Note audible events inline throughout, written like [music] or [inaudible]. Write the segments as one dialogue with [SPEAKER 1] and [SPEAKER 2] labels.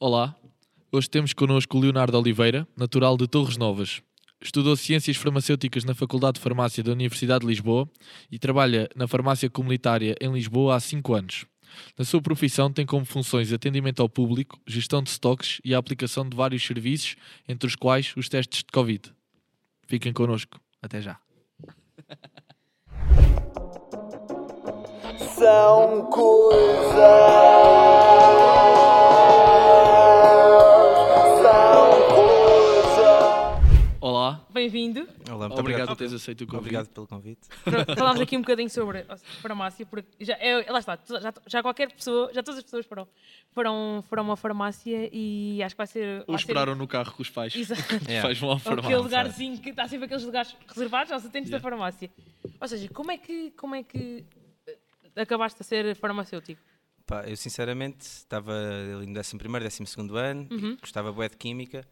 [SPEAKER 1] Olá, hoje temos connosco o Leonardo Oliveira, natural de Torres Novas. Estudou Ciências Farmacêuticas na Faculdade de Farmácia da Universidade de Lisboa e trabalha na Farmácia Comunitária em Lisboa há 5 anos. Na sua profissão tem como funções atendimento ao público, gestão de estoques e a aplicação de vários serviços, entre os quais os testes de Covid. Fiquem connosco. Até já.
[SPEAKER 2] são coisas. São coisas.
[SPEAKER 1] Olá,
[SPEAKER 3] Bem-vindo.
[SPEAKER 4] Olá, muito
[SPEAKER 1] obrigado
[SPEAKER 4] obrigado,
[SPEAKER 1] por teres aceito o convite.
[SPEAKER 4] Obrigado pelo convite.
[SPEAKER 3] Pronto, Falámos aqui um bocadinho sobre a farmácia, porque já, é, lá está, tu- já, já qualquer pessoa, já todas as pessoas foram, foram, foram a uma farmácia e acho que vai ser.
[SPEAKER 1] Ou
[SPEAKER 3] vai ser-
[SPEAKER 1] esperaram no carro com os pais.
[SPEAKER 3] Exato. é
[SPEAKER 1] Os pais
[SPEAKER 4] É.
[SPEAKER 1] vão à
[SPEAKER 3] Ou
[SPEAKER 1] farmácia.
[SPEAKER 3] aquele lugarzinho que está sempre aqueles lugares reservados aos utentes da farmácia. Ou seja, como é que, como é que eh, acabaste a ser farmacêutico?
[SPEAKER 4] Pá, eu sinceramente estava ali no 11 primeiro, 12 ano, e gostava bué de química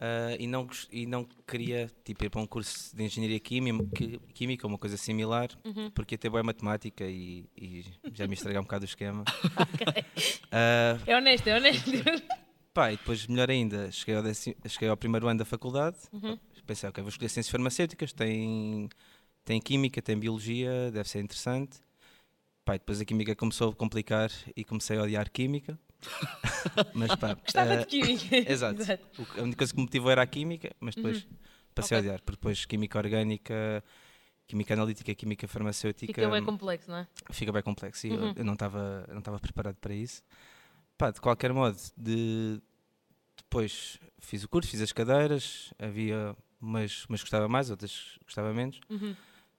[SPEAKER 4] ah, e, não, gos- e não queria tipo, ir para um curso de engenharia química, química ou uma coisa similar, porque ia ter bué matemática e, e já me estragar um bocado o esquema. Ah,
[SPEAKER 3] É honesto, é honesto.
[SPEAKER 4] Pá, e depois, melhor ainda, cheguei ao, décimo- cheguei ao primeiro ano da faculdade.
[SPEAKER 3] Uhum.
[SPEAKER 4] Pensei, ok, vou escolher ciências farmacêuticas, tem, tem química, tem biologia, deve ser interessante. Pá, e depois a química começou a complicar e comecei a odiar química. [laughs] mas pá,
[SPEAKER 3] Gostava
[SPEAKER 4] eh,
[SPEAKER 3] de química.
[SPEAKER 4] exato. O que- A única coisa que me motivou era a química, mas depois passei a
[SPEAKER 3] Uhum. Ok.
[SPEAKER 4] odiar, porque depois química orgânica, química analítica, química farmacêutica
[SPEAKER 3] Fica bem complexo, não é?
[SPEAKER 4] fica bem complexo e eu-
[SPEAKER 3] Uhum.
[SPEAKER 4] eu não estava não estava preparado para isso Pá, de qualquer modo de depois fiz o curso fiz as cadeiras havia umas umas que gostava mais outras que gostava menos
[SPEAKER 3] Uhum.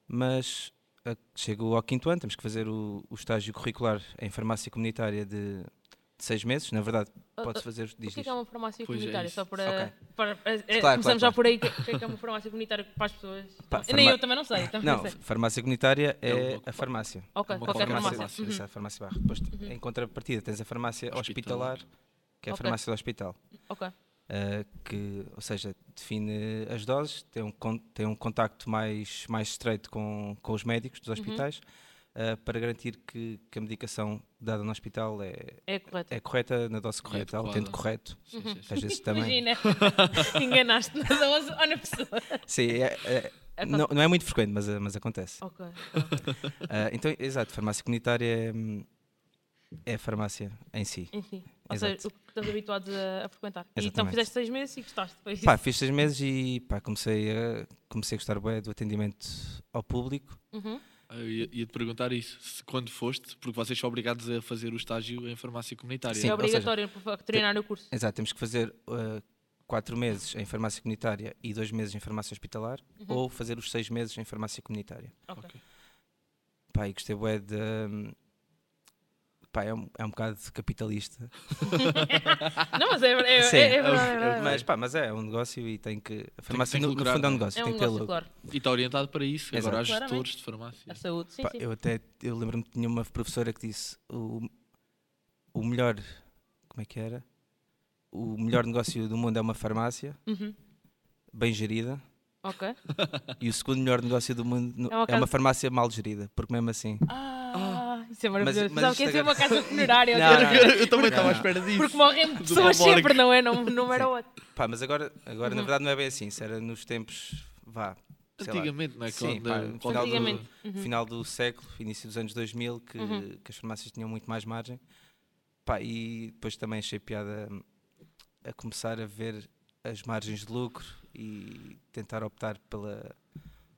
[SPEAKER 4] mas a- chego ao quinto ano temos que fazer o, o estágio curricular em farmácia comunitária de, de seis meses na verdade
[SPEAKER 3] Ah,
[SPEAKER 4] podes
[SPEAKER 3] ah,
[SPEAKER 4] fazer
[SPEAKER 3] O
[SPEAKER 4] diz,
[SPEAKER 3] que é,
[SPEAKER 4] diz.
[SPEAKER 3] que é uma farmácia
[SPEAKER 1] Pois é
[SPEAKER 3] comunitária?
[SPEAKER 1] isso.
[SPEAKER 3] Só para.
[SPEAKER 4] Ok.
[SPEAKER 3] para- é- é-
[SPEAKER 4] claro,
[SPEAKER 3] começamos
[SPEAKER 4] claro.
[SPEAKER 3] já por aí. O que é que é uma farmácia comunitária para as pessoas?
[SPEAKER 4] Pá,
[SPEAKER 3] Nem
[SPEAKER 4] farmá-
[SPEAKER 3] eu também não sei. Também
[SPEAKER 4] não
[SPEAKER 3] sei.
[SPEAKER 4] farmácia comunitária
[SPEAKER 1] É o
[SPEAKER 4] é,
[SPEAKER 1] bloco.
[SPEAKER 4] a farmácia
[SPEAKER 3] Ok,
[SPEAKER 1] uma
[SPEAKER 3] qualquer
[SPEAKER 1] farmácia.
[SPEAKER 3] farmácia. Uhum.
[SPEAKER 4] essa é a farmácia barra. Depois, em contrapartida, tens a farmácia
[SPEAKER 1] Hospitalar.
[SPEAKER 4] hospitalar, que é a
[SPEAKER 3] Ok.
[SPEAKER 4] farmácia do hospital.
[SPEAKER 3] Ok.
[SPEAKER 4] uh, que, ou seja, define as doses, tem um, con- tem um contacto mais, mais estreito com, com os médicos dos hospitais uh, para garantir que, que a medicação dada no hospital é,
[SPEAKER 3] É correto.
[SPEAKER 4] é correta, na dose correta, ao utente
[SPEAKER 1] adequada.
[SPEAKER 4] correto.
[SPEAKER 1] Sim, sim, sim.
[SPEAKER 3] [laughs]
[SPEAKER 4] Às vezes também.
[SPEAKER 3] Imagina. Enganaste-nos ou na pessoa.
[SPEAKER 4] Sim, é- é-
[SPEAKER 3] Aconte-
[SPEAKER 4] não, não é muito frequente, mas, mas acontece.
[SPEAKER 3] Ok.
[SPEAKER 4] Uh, então, exato, farmácia comunitária é, hum, é a farmácia em si.
[SPEAKER 3] Enfim. Ou seja,
[SPEAKER 4] Exato.
[SPEAKER 3] o que estás habituado a, a frequentar. E então
[SPEAKER 4] Exatamente.
[SPEAKER 3] fizeste seis meses e gostaste depois.
[SPEAKER 4] Pá, fiz seis meses e pá, comecei, a, comecei a gostar bem do atendimento ao público.
[SPEAKER 3] Uhum.
[SPEAKER 1] Ah, Eu ia, te perguntar isso, se quando foste, porque vocês são obrigados a fazer o estágio em farmácia comunitária.
[SPEAKER 4] Sim,
[SPEAKER 3] é
[SPEAKER 4] ou seja, tipo
[SPEAKER 3] obrigatório para terminar o curso.
[SPEAKER 4] Exato, temos que fazer uh, quatro meses em farmácia comunitária e dois meses em farmácia hospitalar ou fazer os seis meses em farmácia comunitária.
[SPEAKER 3] Uhum. Ok.
[SPEAKER 1] Ok.
[SPEAKER 4] Pá, e gostei bué de... hum, Pá, é um, é um bocado capitalista.
[SPEAKER 3] Não, mas é, é, é,
[SPEAKER 4] Sim,
[SPEAKER 3] é
[SPEAKER 1] é o-
[SPEAKER 3] verdade. É,
[SPEAKER 1] é o-
[SPEAKER 3] verdade.
[SPEAKER 4] Mas pá, mas é, é um negócio e tem que... A farmácia
[SPEAKER 1] tem que
[SPEAKER 4] no- no,
[SPEAKER 1] lucrar,
[SPEAKER 4] fundo é um
[SPEAKER 1] né?
[SPEAKER 4] negócio,
[SPEAKER 3] É um
[SPEAKER 4] tem que ter
[SPEAKER 3] negócio,
[SPEAKER 4] lucro.
[SPEAKER 3] claro.
[SPEAKER 1] E está orientado para isso.
[SPEAKER 4] Exato.
[SPEAKER 1] Agora há
[SPEAKER 3] Claramente.
[SPEAKER 1] gestores de farmácia.
[SPEAKER 3] A saúde, sim,
[SPEAKER 4] Pá,
[SPEAKER 3] sim.
[SPEAKER 4] eu até eu lembro-me que tinha uma professora que disse o, o melhor... Como é que era? O melhor negócio do mundo é uma farmácia
[SPEAKER 3] Uhum.
[SPEAKER 4] bem gerida.
[SPEAKER 3] Ok.
[SPEAKER 4] E o segundo melhor negócio do mundo no-
[SPEAKER 3] É uma
[SPEAKER 4] é uma
[SPEAKER 3] casa-
[SPEAKER 4] farmácia mal gerida, porque mesmo assim.
[SPEAKER 3] Ah, isso é maravilhoso.
[SPEAKER 4] mas
[SPEAKER 3] Pensava que ia
[SPEAKER 4] isto
[SPEAKER 3] ser uma
[SPEAKER 4] agora- [laughs]
[SPEAKER 3] casa funerária.
[SPEAKER 4] Não, não, não.
[SPEAKER 1] Eu também estava à espera disso.
[SPEAKER 3] Porque morrem
[SPEAKER 1] Do
[SPEAKER 3] pessoas
[SPEAKER 1] Malborg.
[SPEAKER 3] sempre, não é? Não, não era
[SPEAKER 4] Sim.
[SPEAKER 3] outro.
[SPEAKER 4] Pá, mas agora, agora
[SPEAKER 3] Uhum.
[SPEAKER 4] na verdade não é bem assim. Isso era nos tempos. Vá. sei lá,
[SPEAKER 1] Antigamente, não é?
[SPEAKER 4] Sim,
[SPEAKER 1] Quando-
[SPEAKER 4] pá,
[SPEAKER 1] quando-
[SPEAKER 4] final,
[SPEAKER 3] Antigamente.
[SPEAKER 4] do, final do século, início dos anos 2000, que,
[SPEAKER 3] Uhum.
[SPEAKER 4] que as farmácias tinham muito mais margem. Pá, e depois também achei piada hum, a começar a ver as margens de lucro e tentar optar pela,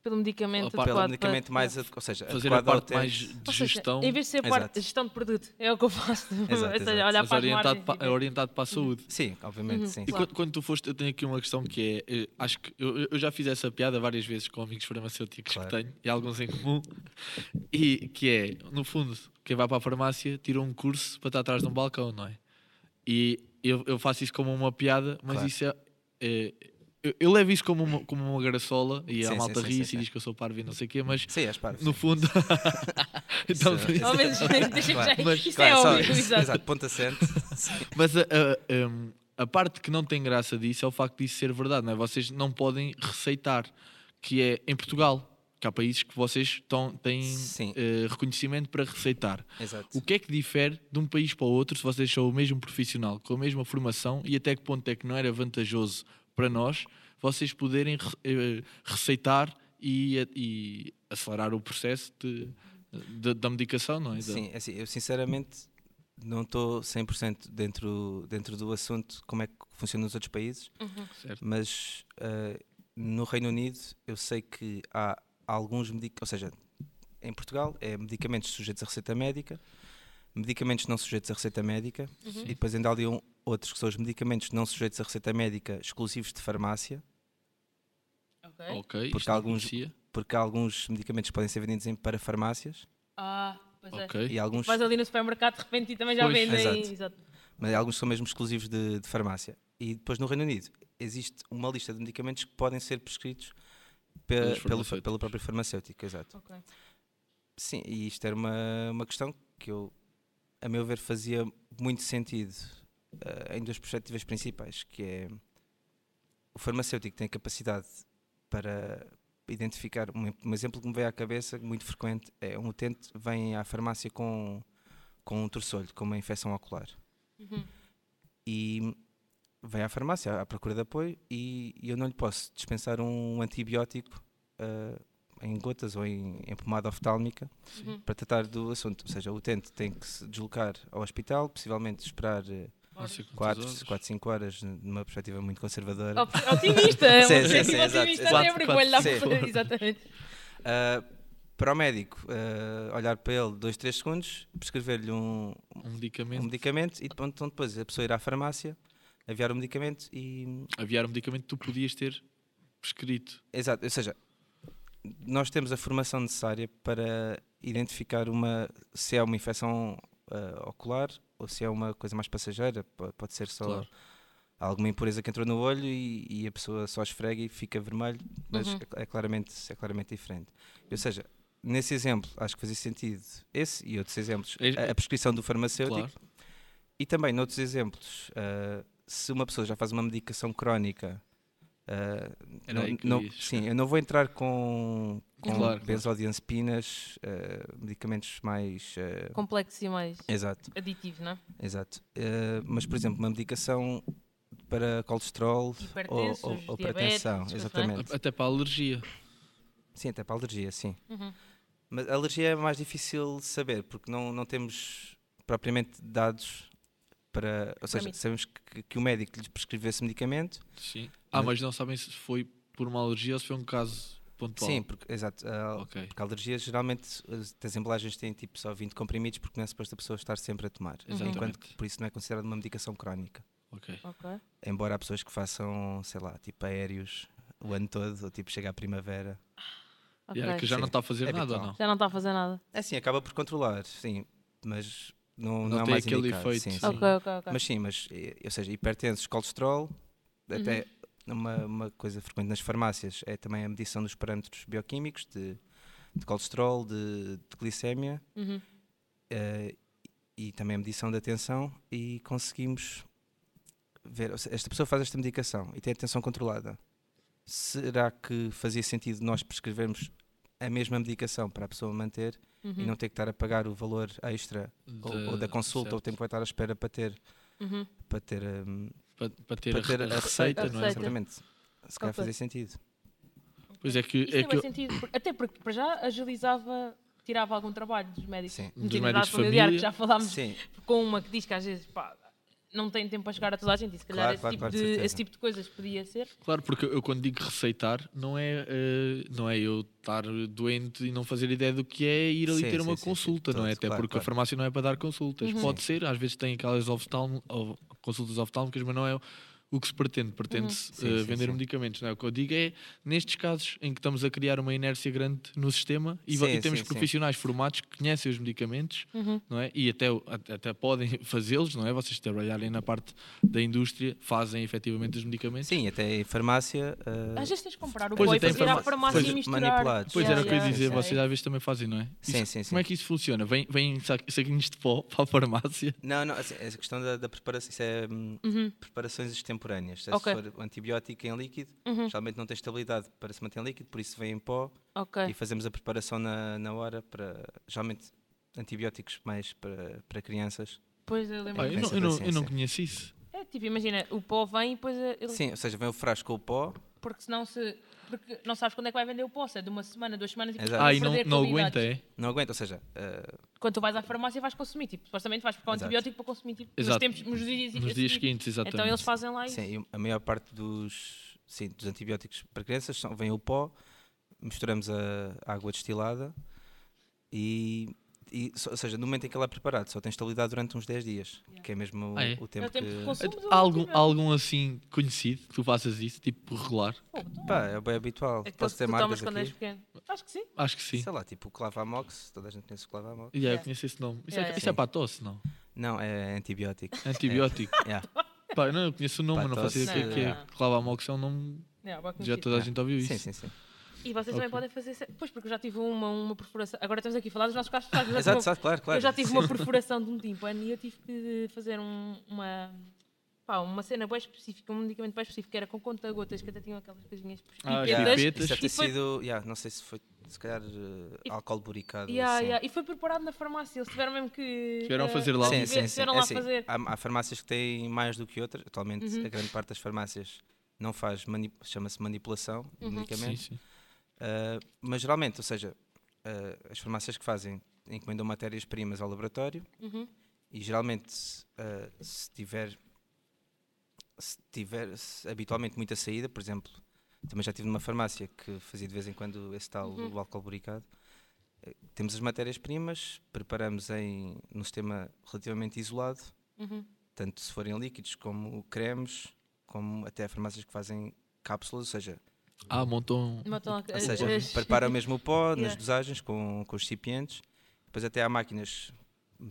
[SPEAKER 3] Pelo medicamento
[SPEAKER 1] Opa,
[SPEAKER 3] adequado
[SPEAKER 4] pelo
[SPEAKER 3] para-
[SPEAKER 4] medicamento mais, ade- ou seja,
[SPEAKER 1] fazer a
[SPEAKER 4] adequado ao
[SPEAKER 1] parte mais
[SPEAKER 4] utente.
[SPEAKER 1] de
[SPEAKER 3] Ou seja,
[SPEAKER 1] gestão,
[SPEAKER 3] em vez de ser a parte
[SPEAKER 4] Exato.
[SPEAKER 3] de gestão de produto, é o que eu faço.
[SPEAKER 4] Exato,
[SPEAKER 3] [laughs] Ou seja,
[SPEAKER 4] exato.
[SPEAKER 3] olhar
[SPEAKER 1] mas
[SPEAKER 3] para as
[SPEAKER 1] orientado,
[SPEAKER 3] margens.
[SPEAKER 1] pa- é orientado para a saúde.
[SPEAKER 4] Sim,
[SPEAKER 3] Uhum.
[SPEAKER 4] obviamente, sim.
[SPEAKER 1] E quando, quando tu foste, eu tenho aqui uma questão que é, eh, acho que eu, eu já fiz essa piada várias vezes com amigos farmacêuticos que
[SPEAKER 4] Claro.
[SPEAKER 1] tenho, e alguns em comum, [laughs] e que é, no fundo, quem vai para a farmácia tira um curso para estar atrás de um balcão, não é? E eu, eu faço isso como uma piada, mas
[SPEAKER 4] Claro.
[SPEAKER 1] isso é. é- eu, eu levo isso como uma, como uma graçola e a
[SPEAKER 4] Sim,
[SPEAKER 1] malta
[SPEAKER 4] sim, sim,
[SPEAKER 1] ri-se
[SPEAKER 4] sim,
[SPEAKER 1] e
[SPEAKER 4] sim.
[SPEAKER 1] diz que eu sou parvo e não sei o quê, mas
[SPEAKER 4] Sim, és parvo,
[SPEAKER 1] no
[SPEAKER 4] sim.
[SPEAKER 1] fundo. [laughs] então,
[SPEAKER 4] Isso é-
[SPEAKER 1] [laughs]
[SPEAKER 3] Ao [laughs] menos deixa já
[SPEAKER 4] Claro,
[SPEAKER 1] mas-
[SPEAKER 3] Isto
[SPEAKER 4] Claro,
[SPEAKER 3] é
[SPEAKER 4] só-
[SPEAKER 3] óbvio, [laughs] exato.
[SPEAKER 4] exato,
[SPEAKER 1] [laughs]
[SPEAKER 4] ponto assente.
[SPEAKER 1] Mas a, a- um, a parte que não tem graça disso é o facto disso ser verdade, não é? Vocês não podem receitar, que é em Portugal. que há países que vocês estão- têm
[SPEAKER 4] Sim.
[SPEAKER 1] eh, reconhecimento para receitar.
[SPEAKER 4] Exato.
[SPEAKER 1] O que é que difere de um país para o outro se vocês são o mesmo profissional, com a mesma formação e até que ponto é que não era vantajoso para nós vocês poderem re- eh, receitar e, eh, e acelerar o processo de- de- da medicação, não é? Da-
[SPEAKER 4] Sim, é assim, eu sinceramente não estou 100% dentro, dentro do assunto como é que funciona nos outros países,
[SPEAKER 1] Certo.
[SPEAKER 4] mas eh, no Reino Unido eu sei que há alguns medicamentos, ou seja, em Portugal é medicamentos sujeitos a receita médica, medicamentos não sujeitos a receita médica e depois ainda há ali um, outros que são os medicamentos não sujeitos a receita médica exclusivos de farmácia,
[SPEAKER 3] Ok.
[SPEAKER 1] Ok,
[SPEAKER 4] Porque
[SPEAKER 1] isto não
[SPEAKER 4] alguns-
[SPEAKER 1] conhecia.
[SPEAKER 4] porque alguns medicamentos podem ser vendidos em para farmácias
[SPEAKER 3] Ah, pois é.
[SPEAKER 1] Ok.
[SPEAKER 4] e alguns
[SPEAKER 3] Vais ali no supermercado de repente e também já
[SPEAKER 1] Pois.
[SPEAKER 3] vendem.
[SPEAKER 4] Exato.
[SPEAKER 3] Exato.
[SPEAKER 4] mas alguns são mesmo exclusivos de, de farmácia. E depois no Reino Unido existe uma lista de medicamentos que podem ser prescritos pe-
[SPEAKER 1] Pelos
[SPEAKER 4] pelo,
[SPEAKER 1] farmacêuticos.
[SPEAKER 4] pelo próprio farmacêutico, exato.
[SPEAKER 3] Ok.
[SPEAKER 4] Sim, e isto era uma, uma questão que eu, a meu ver, fazia muito sentido eh, em duas perspectivas principais, que é o farmacêutico tem capacidade para identificar, um, um exemplo que me veio à cabeça, muito frequente, é um utente vem à farmácia com, com um torçolho, com uma infecção ocular
[SPEAKER 3] Uhum.
[SPEAKER 4] e vem à farmácia à procura de apoio e eu não lhe posso dispensar um antibiótico ah, em gotas ou em, em pomada oftálmica
[SPEAKER 3] Uhum.
[SPEAKER 4] para tratar do assunto. Ou seja, o utente tem que se deslocar ao hospital, possivelmente esperar eh,
[SPEAKER 1] Não sei quantas
[SPEAKER 4] 4,
[SPEAKER 1] horas.
[SPEAKER 4] 4 5 horas, numa perspectiva muito conservadora.
[SPEAKER 3] Op- Otimista, é um
[SPEAKER 4] Sim, sim,
[SPEAKER 3] objetivo
[SPEAKER 4] sim, exato,
[SPEAKER 3] otimista
[SPEAKER 4] exato.
[SPEAKER 3] sempre,
[SPEAKER 1] Quatro,
[SPEAKER 3] coelho lá
[SPEAKER 4] quatro,
[SPEAKER 3] fora, [laughs] Exatamente.
[SPEAKER 4] Ah, para o médico, ah, olhar para ele 2, 3 segundos, prescrever-lhe um,
[SPEAKER 1] Um medicamento.
[SPEAKER 4] um medicamento e depois- então depois a pessoa ir à farmácia, aviar o medicamento e
[SPEAKER 1] Aviar um medicamento que tu podias ter prescrito.
[SPEAKER 4] Exato, ou seja, nós temos a formação necessária para identificar uma, se é uma infecção ah, ocular ou se é uma coisa mais passageira, po- pode ser só
[SPEAKER 1] Claro.
[SPEAKER 4] alguma impureza que entrou no olho e, e a pessoa só esfrega e fica vermelho, mas
[SPEAKER 3] Uhum.
[SPEAKER 4] é cla- é, claramente, é claramente diferente. Ou seja, nesse exemplo, acho que fazia sentido esse e outros exemplos,
[SPEAKER 1] É-
[SPEAKER 4] a, a prescrição do farmacêutico
[SPEAKER 1] Claro.
[SPEAKER 4] e também, noutros exemplos, ah, se uma pessoa já faz uma medicação crónica. ah,
[SPEAKER 1] Era
[SPEAKER 4] não-
[SPEAKER 1] aí que
[SPEAKER 4] não-
[SPEAKER 1] eu ia chegar.
[SPEAKER 4] sim, eu não vou entrar com, com
[SPEAKER 1] Claro, claro.
[SPEAKER 4] benzodiazepinas, ah, medicamentos mais. ah,
[SPEAKER 3] Complexo e mais
[SPEAKER 4] exato,
[SPEAKER 3] aditivo, não é?
[SPEAKER 4] exato. Ah, mas, por exemplo, uma medicação para colesterol ou,
[SPEAKER 3] Hipertensos,
[SPEAKER 4] ou, ou para
[SPEAKER 3] diabetes,
[SPEAKER 4] tensão,
[SPEAKER 3] essas coisas, não é?
[SPEAKER 4] exatamente.
[SPEAKER 1] Até para a alergia.
[SPEAKER 4] Sim, até para alergia, sim.
[SPEAKER 3] Uhum.
[SPEAKER 4] Mas a alergia é mais difícil de saber, porque não, não temos propriamente dados para. Ou seja,
[SPEAKER 3] mim.
[SPEAKER 4] sabemos que, que o médico lhe prescreveu esse medicamento.
[SPEAKER 1] Sim. Ah, mas não sabem se foi por uma alergia ou se foi um caso pontual.
[SPEAKER 4] Sim, Uhum. porque, exato. a-
[SPEAKER 1] Ok.
[SPEAKER 4] Porque a alergia, geralmente, as, as embalagens têm tipo só 20 comprimidos, porque não é suposto a pessoa estar sempre a tomar. Enquanto que,
[SPEAKER 1] Uhum. Exatamente.
[SPEAKER 4] por isso, não é considerada uma medicação crónica.
[SPEAKER 1] Ok.
[SPEAKER 3] Ok.
[SPEAKER 4] Embora há pessoas que façam, sei lá, tipo aéreos o ano todo, ou tipo chega à primavera.
[SPEAKER 3] ok.
[SPEAKER 1] Yeah, que já
[SPEAKER 4] Sim.
[SPEAKER 1] não está a fazer
[SPEAKER 4] É
[SPEAKER 1] nada,
[SPEAKER 4] habitual.
[SPEAKER 1] não?
[SPEAKER 3] Já não está a fazer nada.
[SPEAKER 4] É assim, acaba por controlar, sim, mas não,
[SPEAKER 1] Não
[SPEAKER 4] não, é
[SPEAKER 1] tem
[SPEAKER 4] mais
[SPEAKER 1] aquele
[SPEAKER 4] indicado,
[SPEAKER 1] efeito.
[SPEAKER 4] sim, sim.
[SPEAKER 1] Ok.
[SPEAKER 3] Ok, ok, ok.
[SPEAKER 4] Mas sim, mas, eh, ou seja, hipertensos, colesterol, até
[SPEAKER 1] Uhum.
[SPEAKER 4] uma, uma coisa frequente nas farmácias é também a medição dos parâmetros bioquímicos de, de colesterol, de, de glicémia
[SPEAKER 3] Uhum.
[SPEAKER 4] eh, e também a medição da tensão e conseguimos ver, ou seja, esta pessoa faz esta medicação e tem a tensão controlada. Será que fazia sentido nós prescrevermos a mesma medicação para a pessoa manter
[SPEAKER 3] uhum,
[SPEAKER 4] e não ter que estar a pagar o valor extra ou, ou da consulta ou o
[SPEAKER 1] certo.
[SPEAKER 4] tempo que vai estar à espera para ter
[SPEAKER 3] Uhum.
[SPEAKER 4] para ter, hum,
[SPEAKER 1] Para, para ter,
[SPEAKER 4] para
[SPEAKER 1] a,
[SPEAKER 4] ter
[SPEAKER 1] re- a receita, não é?
[SPEAKER 3] receita.
[SPEAKER 4] Exatamente. Se calhar
[SPEAKER 3] Ok.
[SPEAKER 4] fazia sentido.
[SPEAKER 1] Pois é que,
[SPEAKER 3] Isto
[SPEAKER 1] é
[SPEAKER 3] tem
[SPEAKER 1] que
[SPEAKER 3] bem
[SPEAKER 1] eu-
[SPEAKER 3] sentido, porque- até porque para já agilizava, tirava algum trabalho dos médicos.
[SPEAKER 4] Sim.
[SPEAKER 1] Dos
[SPEAKER 3] Dos
[SPEAKER 1] médicos
[SPEAKER 3] médicos
[SPEAKER 1] de
[SPEAKER 3] familiar,
[SPEAKER 1] família.
[SPEAKER 3] que já falámos
[SPEAKER 4] Sim,
[SPEAKER 3] com uma que diz que às vezes pá, não tem tempo para chegar a toda a gente e se calhar
[SPEAKER 4] Claro,
[SPEAKER 3] esse,
[SPEAKER 4] claro,
[SPEAKER 3] tipo
[SPEAKER 4] claro, de
[SPEAKER 3] de,
[SPEAKER 4] certeza.
[SPEAKER 3] esse tipo de coisas podia ser.
[SPEAKER 1] claro, porque eu quando digo receitar, não é, eh, não é eu estar doente e não fazer ideia do que é ir ali
[SPEAKER 4] Sim,
[SPEAKER 1] ter
[SPEAKER 4] sim,
[SPEAKER 1] uma
[SPEAKER 4] sim, sim,
[SPEAKER 1] consulta, não é?
[SPEAKER 4] todos,
[SPEAKER 1] Até
[SPEAKER 4] claro,
[SPEAKER 1] porque a
[SPEAKER 4] claro.
[SPEAKER 1] farmácia não é para dar consultas. Pode
[SPEAKER 4] Sim.
[SPEAKER 1] ser, às vezes tem aquelas oftalm- of- consultas oftálmicas, mas não é o que se pretende. Pretende-se
[SPEAKER 4] Sim,
[SPEAKER 1] eh,
[SPEAKER 4] sim,
[SPEAKER 1] vender
[SPEAKER 4] sim.
[SPEAKER 1] medicamentos, não é? O que eu digo é nestes casos em que estamos a criar uma inércia grande no sistema e, va-
[SPEAKER 4] Sim,
[SPEAKER 1] e temos
[SPEAKER 4] sim, sim.
[SPEAKER 1] profissionais formados que conhecem os medicamentos não é? E até, o- at- até podem [laughs] fazê-los, não é? Vocês trabalharem na parte da indústria, fazem efetivamente os medicamentos.
[SPEAKER 4] sim, até em farmácia. ah,
[SPEAKER 3] Às vezes tens de comprar o
[SPEAKER 1] Pois,
[SPEAKER 3] boi
[SPEAKER 1] até
[SPEAKER 3] para ir à
[SPEAKER 1] informa-
[SPEAKER 3] farmácia
[SPEAKER 1] pois,
[SPEAKER 3] e misturar.
[SPEAKER 4] manipulados.
[SPEAKER 1] Pois
[SPEAKER 4] Yeah,
[SPEAKER 1] era o que eu ia
[SPEAKER 4] yeah,
[SPEAKER 1] dizer,
[SPEAKER 4] yeah.
[SPEAKER 1] vocês às vezes também fazem, não é?
[SPEAKER 4] Sim,
[SPEAKER 1] Isso-
[SPEAKER 4] sim, sim.
[SPEAKER 1] Como é que isso funciona? Vêm vem saquinhos de pó para a farmácia?
[SPEAKER 4] Não, não, assim, essa questão da, da preparação, isso é hum, preparações contemporâneas. Se
[SPEAKER 3] Ok. Hum.
[SPEAKER 4] for o antibiótico em líquido,
[SPEAKER 3] Uhum,
[SPEAKER 4] geralmente não tem estabilidade para se manter em líquido, por isso vem em pó e
[SPEAKER 3] Ok.
[SPEAKER 4] fazemos a preparação na, na hora para, geralmente, antibióticos mais para, para crianças.
[SPEAKER 3] Pois
[SPEAKER 1] Ah,
[SPEAKER 3] eu lembro.
[SPEAKER 1] eu, não, eu, não, eu não conheço isso.
[SPEAKER 3] É tipo, imagina, o pó vem e depois eh, ele.
[SPEAKER 4] Sim, ou seja, vem o frasco com o pó,
[SPEAKER 3] Porque senão se. Porque não sabes quando é que vai vender o pó, se é de uma semana, duas semanas e depois
[SPEAKER 4] Exato.
[SPEAKER 1] Ah,
[SPEAKER 3] vai
[SPEAKER 1] e não,
[SPEAKER 3] perder
[SPEAKER 1] não
[SPEAKER 3] qualidades.
[SPEAKER 1] aguenta, é?
[SPEAKER 4] não aguenta, ou seja, eh,
[SPEAKER 3] Quando tu vais à farmácia vais consumir, tipo, supostamente vais buscar um
[SPEAKER 4] Exato.
[SPEAKER 3] antibiótico para consumir, tipo,
[SPEAKER 1] Exato.
[SPEAKER 3] nos tempos, nos dias,
[SPEAKER 1] Nos
[SPEAKER 3] a
[SPEAKER 1] dias
[SPEAKER 3] seguir.
[SPEAKER 1] seguintes, exatamente.
[SPEAKER 3] Então eles fazem lá isso.
[SPEAKER 4] sim, e a maior parte dos, sim, dos antibióticos para crianças são, vem o pó, misturamos a água destilada e, e só- ou seja, no momento em que ela é preparado, só tem estabilidade durante uns 10 dias, que é mesmo o-
[SPEAKER 1] Ah, é?
[SPEAKER 3] É
[SPEAKER 4] o tempo
[SPEAKER 3] o tempo de
[SPEAKER 4] que-
[SPEAKER 3] consumo do
[SPEAKER 1] Há algum,
[SPEAKER 3] antibiótico.
[SPEAKER 1] há algum assim conhecido que tu faças isso, tipo regular?
[SPEAKER 4] Pá, é bem habitual.
[SPEAKER 3] É que
[SPEAKER 4] Posso
[SPEAKER 3] tu
[SPEAKER 4] ter
[SPEAKER 3] tomas
[SPEAKER 4] marcas
[SPEAKER 3] quando és
[SPEAKER 4] aqui?
[SPEAKER 3] pequeno. Acho que sim.
[SPEAKER 1] Acho que sim.
[SPEAKER 4] Sei lá, tipo o Clavamox, toda a gente conhece o Clavamox.
[SPEAKER 1] Yeah, Eu conheço esse nome. Isso,
[SPEAKER 3] Yeah,
[SPEAKER 1] é,
[SPEAKER 3] yeah.
[SPEAKER 1] isso é para a tosse, não?
[SPEAKER 4] Não, é antibiótico. [laughs] É.
[SPEAKER 1] Antibiótico.
[SPEAKER 4] yeah.
[SPEAKER 1] Pá, não, eu conheço o nome,
[SPEAKER 4] Pá,
[SPEAKER 1] mas não faço
[SPEAKER 4] tosse.
[SPEAKER 1] ideia o que é que
[SPEAKER 3] Não,
[SPEAKER 1] é. Clavamox é um nome.
[SPEAKER 3] É,
[SPEAKER 1] Já
[SPEAKER 3] vai conhecer.
[SPEAKER 1] toda a gente ouviu isso.
[SPEAKER 4] Sim, sim, sim.
[SPEAKER 3] E
[SPEAKER 1] Ok.
[SPEAKER 3] vocês também podem fazer. se- Pois, porque eu já tive uma, uma perfuração. Agora estamos aqui a falar dos nossos casos pessoais. mas eu já
[SPEAKER 4] Exato,
[SPEAKER 3] tive uma-
[SPEAKER 4] exato, claro, claro.
[SPEAKER 3] Eu já tive
[SPEAKER 4] Sim. [laughs]
[SPEAKER 3] uma perfuração de um tímpano e eu tive que fazer um- uma. pá, uma cena bem específica, um medicamento bem específico, que era com conta-gotas, que até tinham aquelas coisinhas
[SPEAKER 1] Ah, as
[SPEAKER 3] pipetas.
[SPEAKER 1] pipetas.
[SPEAKER 4] Isso deve ter
[SPEAKER 3] E foi-
[SPEAKER 4] sido, yeah, não sei se foi, se calhar, eh, álcool buricado.
[SPEAKER 3] Yeah,
[SPEAKER 4] assim.
[SPEAKER 3] yeah. E foi preparado na farmácia, eles tiveram mesmo que.
[SPEAKER 1] Tiveram a
[SPEAKER 3] eh,
[SPEAKER 1] fazer lá.
[SPEAKER 4] Sim,
[SPEAKER 1] Sim,
[SPEAKER 4] sim, sim.
[SPEAKER 3] Tiveram
[SPEAKER 4] É
[SPEAKER 3] lá a
[SPEAKER 4] assim,
[SPEAKER 3] fazer. Uhum.
[SPEAKER 4] há, há farmácias que têm mais do que outras. Atualmente, a grande parte das farmácias não faz, mani- chama-se manipulação de
[SPEAKER 3] Uhum.
[SPEAKER 1] Sim,
[SPEAKER 4] medicamentos.
[SPEAKER 1] sim.
[SPEAKER 4] Ah, mas geralmente, ou seja, ah, as farmácias que fazem encomendam matérias-primas ao laboratório e geralmente, ah, se tiver, se tiver se- habitualmente muita saída, por exemplo, também já estive numa farmácia que fazia de vez em quando esse tal o álcool buricado. eh, Temos as matérias-primas, preparamos em num sistema relativamente isolado, tanto se forem líquidos como cremes, como até farmácias que fazem cápsulas, ou seja,
[SPEAKER 1] Ah, montam.
[SPEAKER 3] Matam a-
[SPEAKER 4] ou seja,
[SPEAKER 3] as-
[SPEAKER 4] prepara mesmo o
[SPEAKER 3] [laughs]
[SPEAKER 4] pó nas
[SPEAKER 3] É, Yeah.
[SPEAKER 4] dosagens com, com os recipientes. Depois até há máquinas,